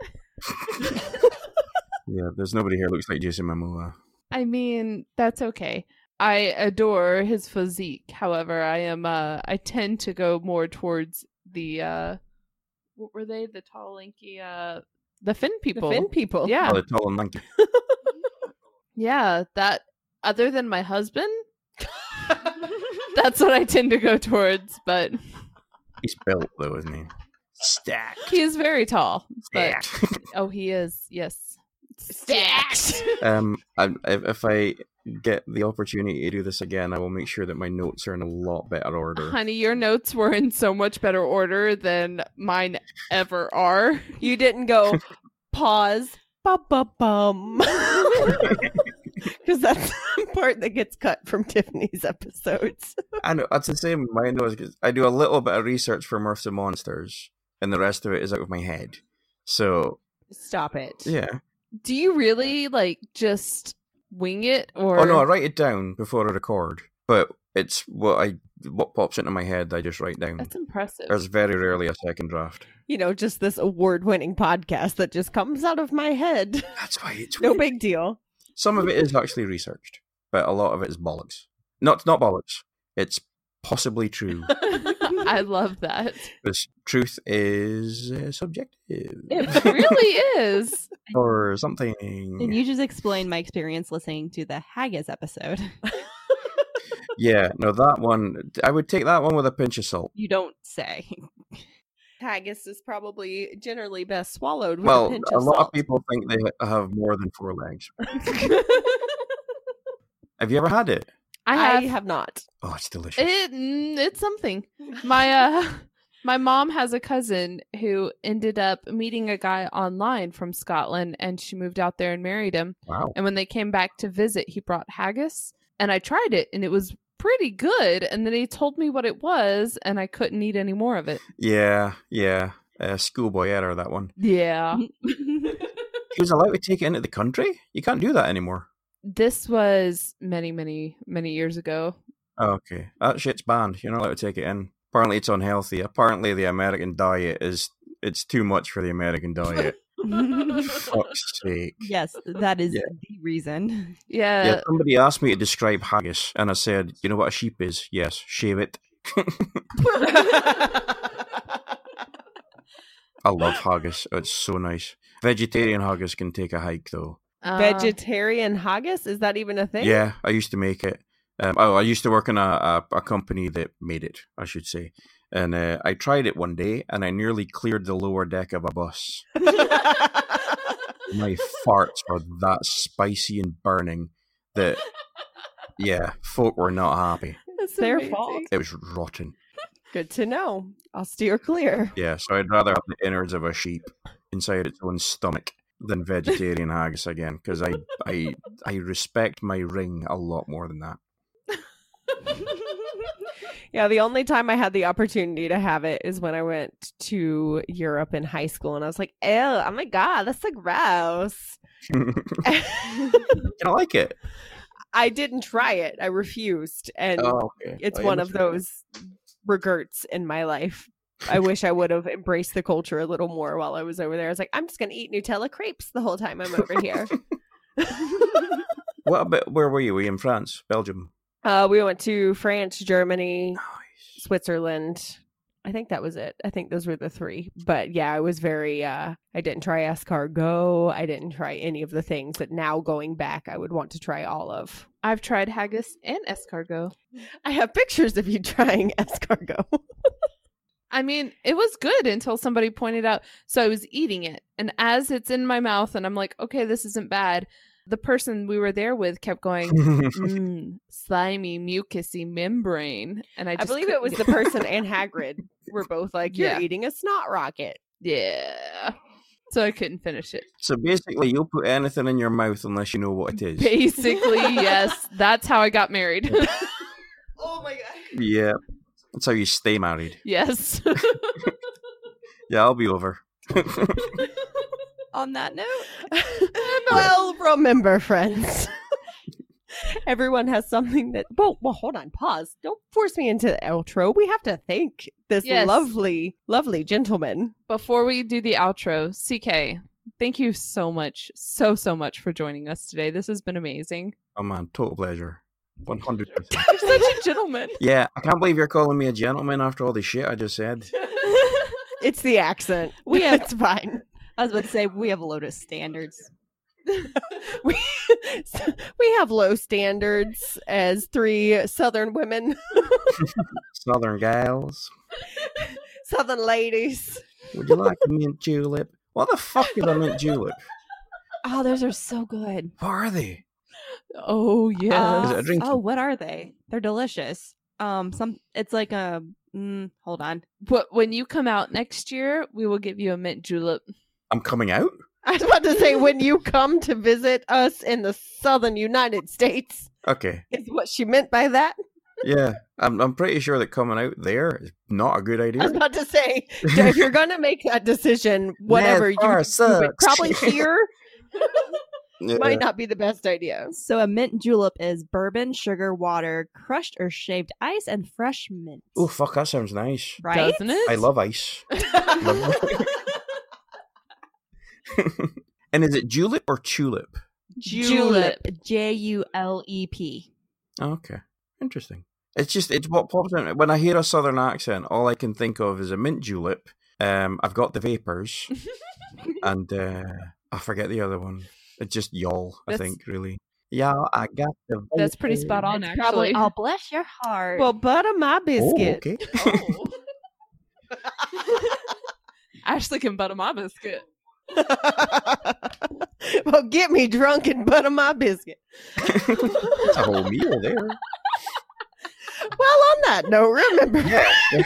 Yeah, there's nobody here who looks like Jason Momoa.
I mean, that's okay. I adore his physique. However, I am uh I tend to go more towards the uh what were they? The tall lanky uh the Finn people.
The Finn people.
Yeah.
Oh, the tall and lanky.
Yeah, that other than my *laughs* husband, that's what I tend to go towards, but
He's built though, isn't he? Stacked.
he is very tall. But *laughs*
Stacked.
oh, he is. Yes.
Stacked.
*laughs* um, I, if, if I get the opportunity to do this again, I will make sure that my notes are in a lot better
*laughs*
order.
Honey, your notes were in so much better order than mine ever are.
*laughs* You didn't *laughs* go pause. Bum bum *laughs* bum. Because that's *laughs* the part that gets cut from Tiffany's episodes.
I know that's the same. with My notes 'cause I do a little bit of research for Murphs and Monsters, and the rest of it is out of my head. So
Stop it.
yeah.
Do you really like just wing it or
Oh no, I write it down before I record, but it's what I what pops into my head. I just write down.
That's impressive.
There's very rarely a second draft.
You know, just this award winning podcast that just comes out of my head. *laughs*
That's why it's
No big deal.
Some of it is actually researched, but a lot of it is bollocks. Not not bollocks. It's
*laughs*
possibly true.
*laughs* I love that.
this truth is uh, subjective
*laughs*
*laughs*
It really is.
*laughs* or something.
And you just explained my experience listening to the Haggis episode. *laughs*
Yeah, no, that one. I would take that one with a pinch of salt.
You don't
*laughs*
say.
Haggis is probably generally best swallowed with a
Well,
pinch
a
of
lot
salt.
of people think they have more than
*laughs*
four legs. Have you ever had it?
*laughs* I
I
have,
have *laughs* not.
Oh, it's delicious.
*laughs* it, mm, it's something. My uh *laughs* my mom has a cousin who ended up meeting a guy online from Scotland and she moved out there and married him.
wow.
And when they came back to visit, he brought haggis and I tried it and it was pretty good. And then he told me what it was and I couldn't eat any more of it.
Yeah, yeah. Uh, schoolboy error, that one.
Yeah.
He was allowed to take it into the country? You can't do that anymore.
This was many, many, many years ago.
Oh, okay. That shit's banned. You're not allowed to take it in. Apparently, it's unhealthy. Apparently, the American diet is. It's too much for the American diet.
*laughs*
Fuck's sake.
yes, that is
Yeah.
the reason.
Yeah.
yeah, somebody asked me to describe haggis, and I said, "You know what a sheep is? Yes, shave it." I love haggis; it's so nice. Vegetarian haggis can take a hike, though.
Uh,
Vegetarian haggis? Is that even a thing? *laughs*
Yeah, I used to make it. Um, oh, I used to work in a, a, a company that made it, I should say. And uh, I tried it one day, and I nearly cleared the lower deck of a bus. My farts were that spicy and burning
*laughs*
that, yeah, folk were not happy.
*laughs* that's
their
amazing.
fault.
It was rotten.
Good to know. I'll steer clear.
Yeah, so I'd rather have the innards of a sheep inside its own stomach than vegetarian haggis again, because I, I, I respect my ring a lot more than that.
Yeah, the only time I had the opportunity to have it is when I went to Europe in high school and I was like, ew, oh my God, that's so
*laughs*
gross. *laughs*
And I like it.
I didn't try it. I refused. And
Oh, okay.
it's
I
one of
understand.
those regrets in my life. I wish I would have embraced the culture a little more while I was over there. I was like, I'm just going to eat Nutella crepes the whole time I'm over here.
What about where were you? Were you in France, Belgium?
uh, we went to France, Germany, Switzerland. I think that was it. I think those were the three. But yeah, I was very uh I didn't try escargot. I didn't try any of the things that now going back I would want to try all of.
I've tried haggis and escargot.
I have pictures of you *laughs* trying escargot.
I mean, it was good until somebody pointed out. So I was eating it, and as it's in my mouth, and I'm like, okay, this isn't bad. The person we were there with kept *laughs* going, mm, slimy, mucusy membrane, and I,
I
just
believe it
couldn't
was the
get-
person and Hagrid were both like, You're
Yeah.
eating a snot rocket.
yeah. So I couldn't finish it.
*laughs* so basically, you'll put anything in your mouth unless you know what it
*laughs*
is.
Basically, yes, that's how I got *laughs* married.
Oh my god.
yeah, that's how you stay married.
yes.
Yeah, I'll be over.
On that note,
well, *laughs* remember, friends. *laughs* Everyone has something that. Well, well, hold on, pause. Don't force me into the outro. We have to thank this
Yes.
lovely, lovely gentleman.
Before we do the outro, CK, thank you so much, so, so much for joining us today. This has been amazing. *laughs*
oh man, total pleasure. One hundred percent.
You're such a gentleman.
Yeah, I can't believe you're calling me a gentleman after all the shit I just said.
*laughs* It's the accent. *laughs*
We have-
it's fine.
I was about to say we have Lotus standards.
We we have low standards as three Southern women, *laughs*
Southern gals,
Southern ladies.
would you like a mint julep? What the fuck is a mint julep?
Oh, those are so good.
What are they?
Oh, yeah.
Is it a drink?
Oh, what are they? They're delicious. Um, some it's like a mm, hold on.
but when you come out next year, we will give you a mint julep.
I'm coming out.
I was about to say when you come to visit us in the Southern United States
Okay.
is what she meant by that.
Yeah, I'm. I'm pretty sure that coming out there is not a good
I *laughs* was
idea. *laughs*
about to say, if you're going to make that decision, whatever you,
far
you would
sucks. *laughs*
probably here
Yeah.
might not be the best
*laughs*
idea. *laughs*
So a mint julep is bourbon, sugar, water, crushed or shaved ice, and fresh mint.
Oh fuck, that sounds nice.
right?
Doesn't it?
I love ice. *laughs* and is it julep or tulip?
Julep.
J U L E P.
Oh, okay, interesting. It's just it's what pops in when I hear a southern accent. All I can think of is a mint julep. Um, I've got the vapors, and uh, I forget the other one. It's just y'all. I
That's-
think really. Yeah, I got the.
That's pretty
vapors.
spot on,
It's
actually. Uh,
probably I'll bless your heart.
Well, butter my
Oh,
biscuit.
okay.
*laughs* Ashley can butter my biscuit.
*laughs* well, get me drunk and butter my biscuit. *laughs*
That's a whole meal there.
Well, on that note,
*laughs*
remember
Yeah.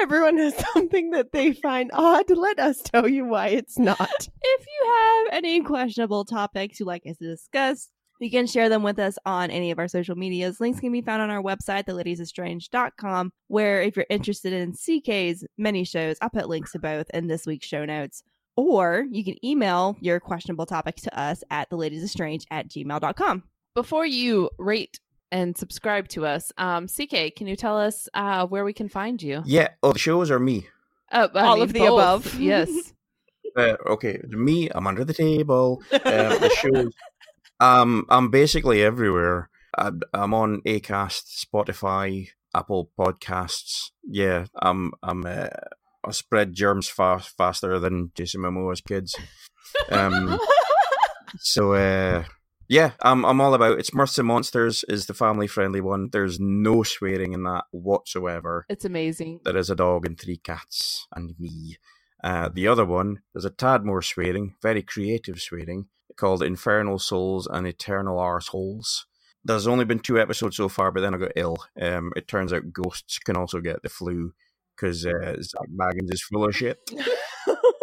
everyone has something that they find odd. Let us tell you why it's not.
if you have any questionable topics you'd like us to discuss, you can share them with us on any of our social medias. Links can be found on our website, theladiesestrange.com, where if you're interested in CK's many shows, I'll put links to both in this week's show notes. Or you can email your questionable topics to us at theladiesestrange at gmail.com.
Before you rate and subscribe to us, um, CK, can you tell us uh, where we can find you?
yeah. Oh, the shows are me.
Uh, I
All
mean,
of the
both.
above.
Yes.
uh, okay, me, I'm under the table. Um, the shows, um, I'm basically everywhere. I, I'm on Acast, Spotify, Apple Podcasts. Yeah, I'm. I'm. Uh, I spread germs fast faster than Jason Momoa's kids. Um, so uh, yeah, I'm. I'm all about. It's Mirths and Monsters is the family friendly one. There's no swearing in that whatsoever.
It's amazing.
There is a dog and three cats and me. Uh, the other one is a tad more swearing, very creative swearing, called Infernal Souls and Eternal Arseholes. There's only been two episodes so far, but then I got ill. Um, it turns out ghosts can also get the flu because uh, Zach Baggins is full of shit.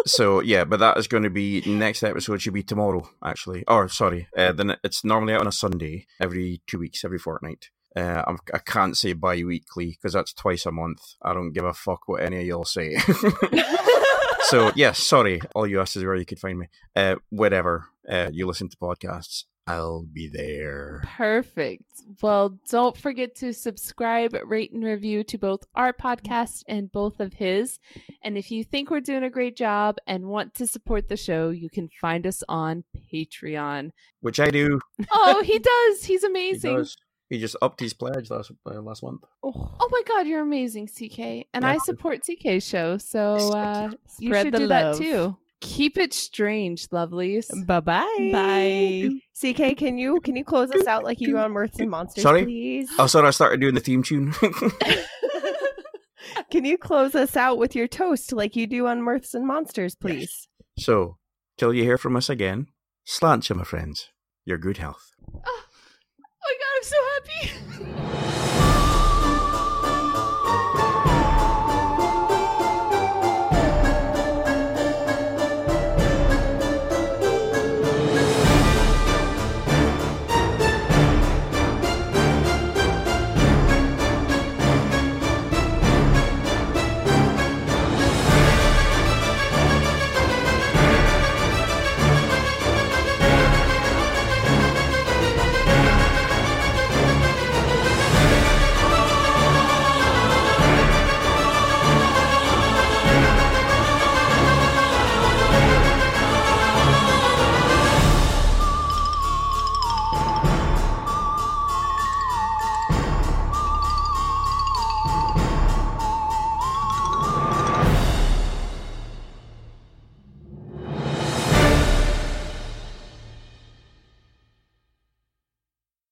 so yeah, but that is going to be next episode. Should be tomorrow, actually. Or sorry, uh, then it's normally out on a Sunday, every two weeks, every fortnight. Uh, I'm, I can't say bi-weekly because that's twice a month. I don't give a fuck what any of y'all say. *laughs* so yes, sorry, all you asked is where you could find me. Uh, whatever uh, you listen to podcasts, I'll be there.
Perfect. Well, don't forget to subscribe, rate, and review to both our podcast and both of his. And if you think we're doing a great job and want to support the show, you can find us on Patreon.
Which I do.
Oh, he does. He's
He,
amazing.
does. He just upped his pledge last uh, last month.
Oh, my God, you're amazing, CK. And I
Yeah.
support CK's show. So uh, you
Spread
should
the
do
love.
that too. Keep it strange, lovelies.
Bye-bye.
Bye.
CK, can you can you close us out like you do on Mirths and Monsters,
Sorry?
please?
Oh, sorry, I started doing the theme tune. *laughs*
Can you close us out with your toast like you do on Mirths and Monsters, please?
so, till you hear from us again, slant you, my friends. Your good health.
Oh, oh my God, I'm so happy.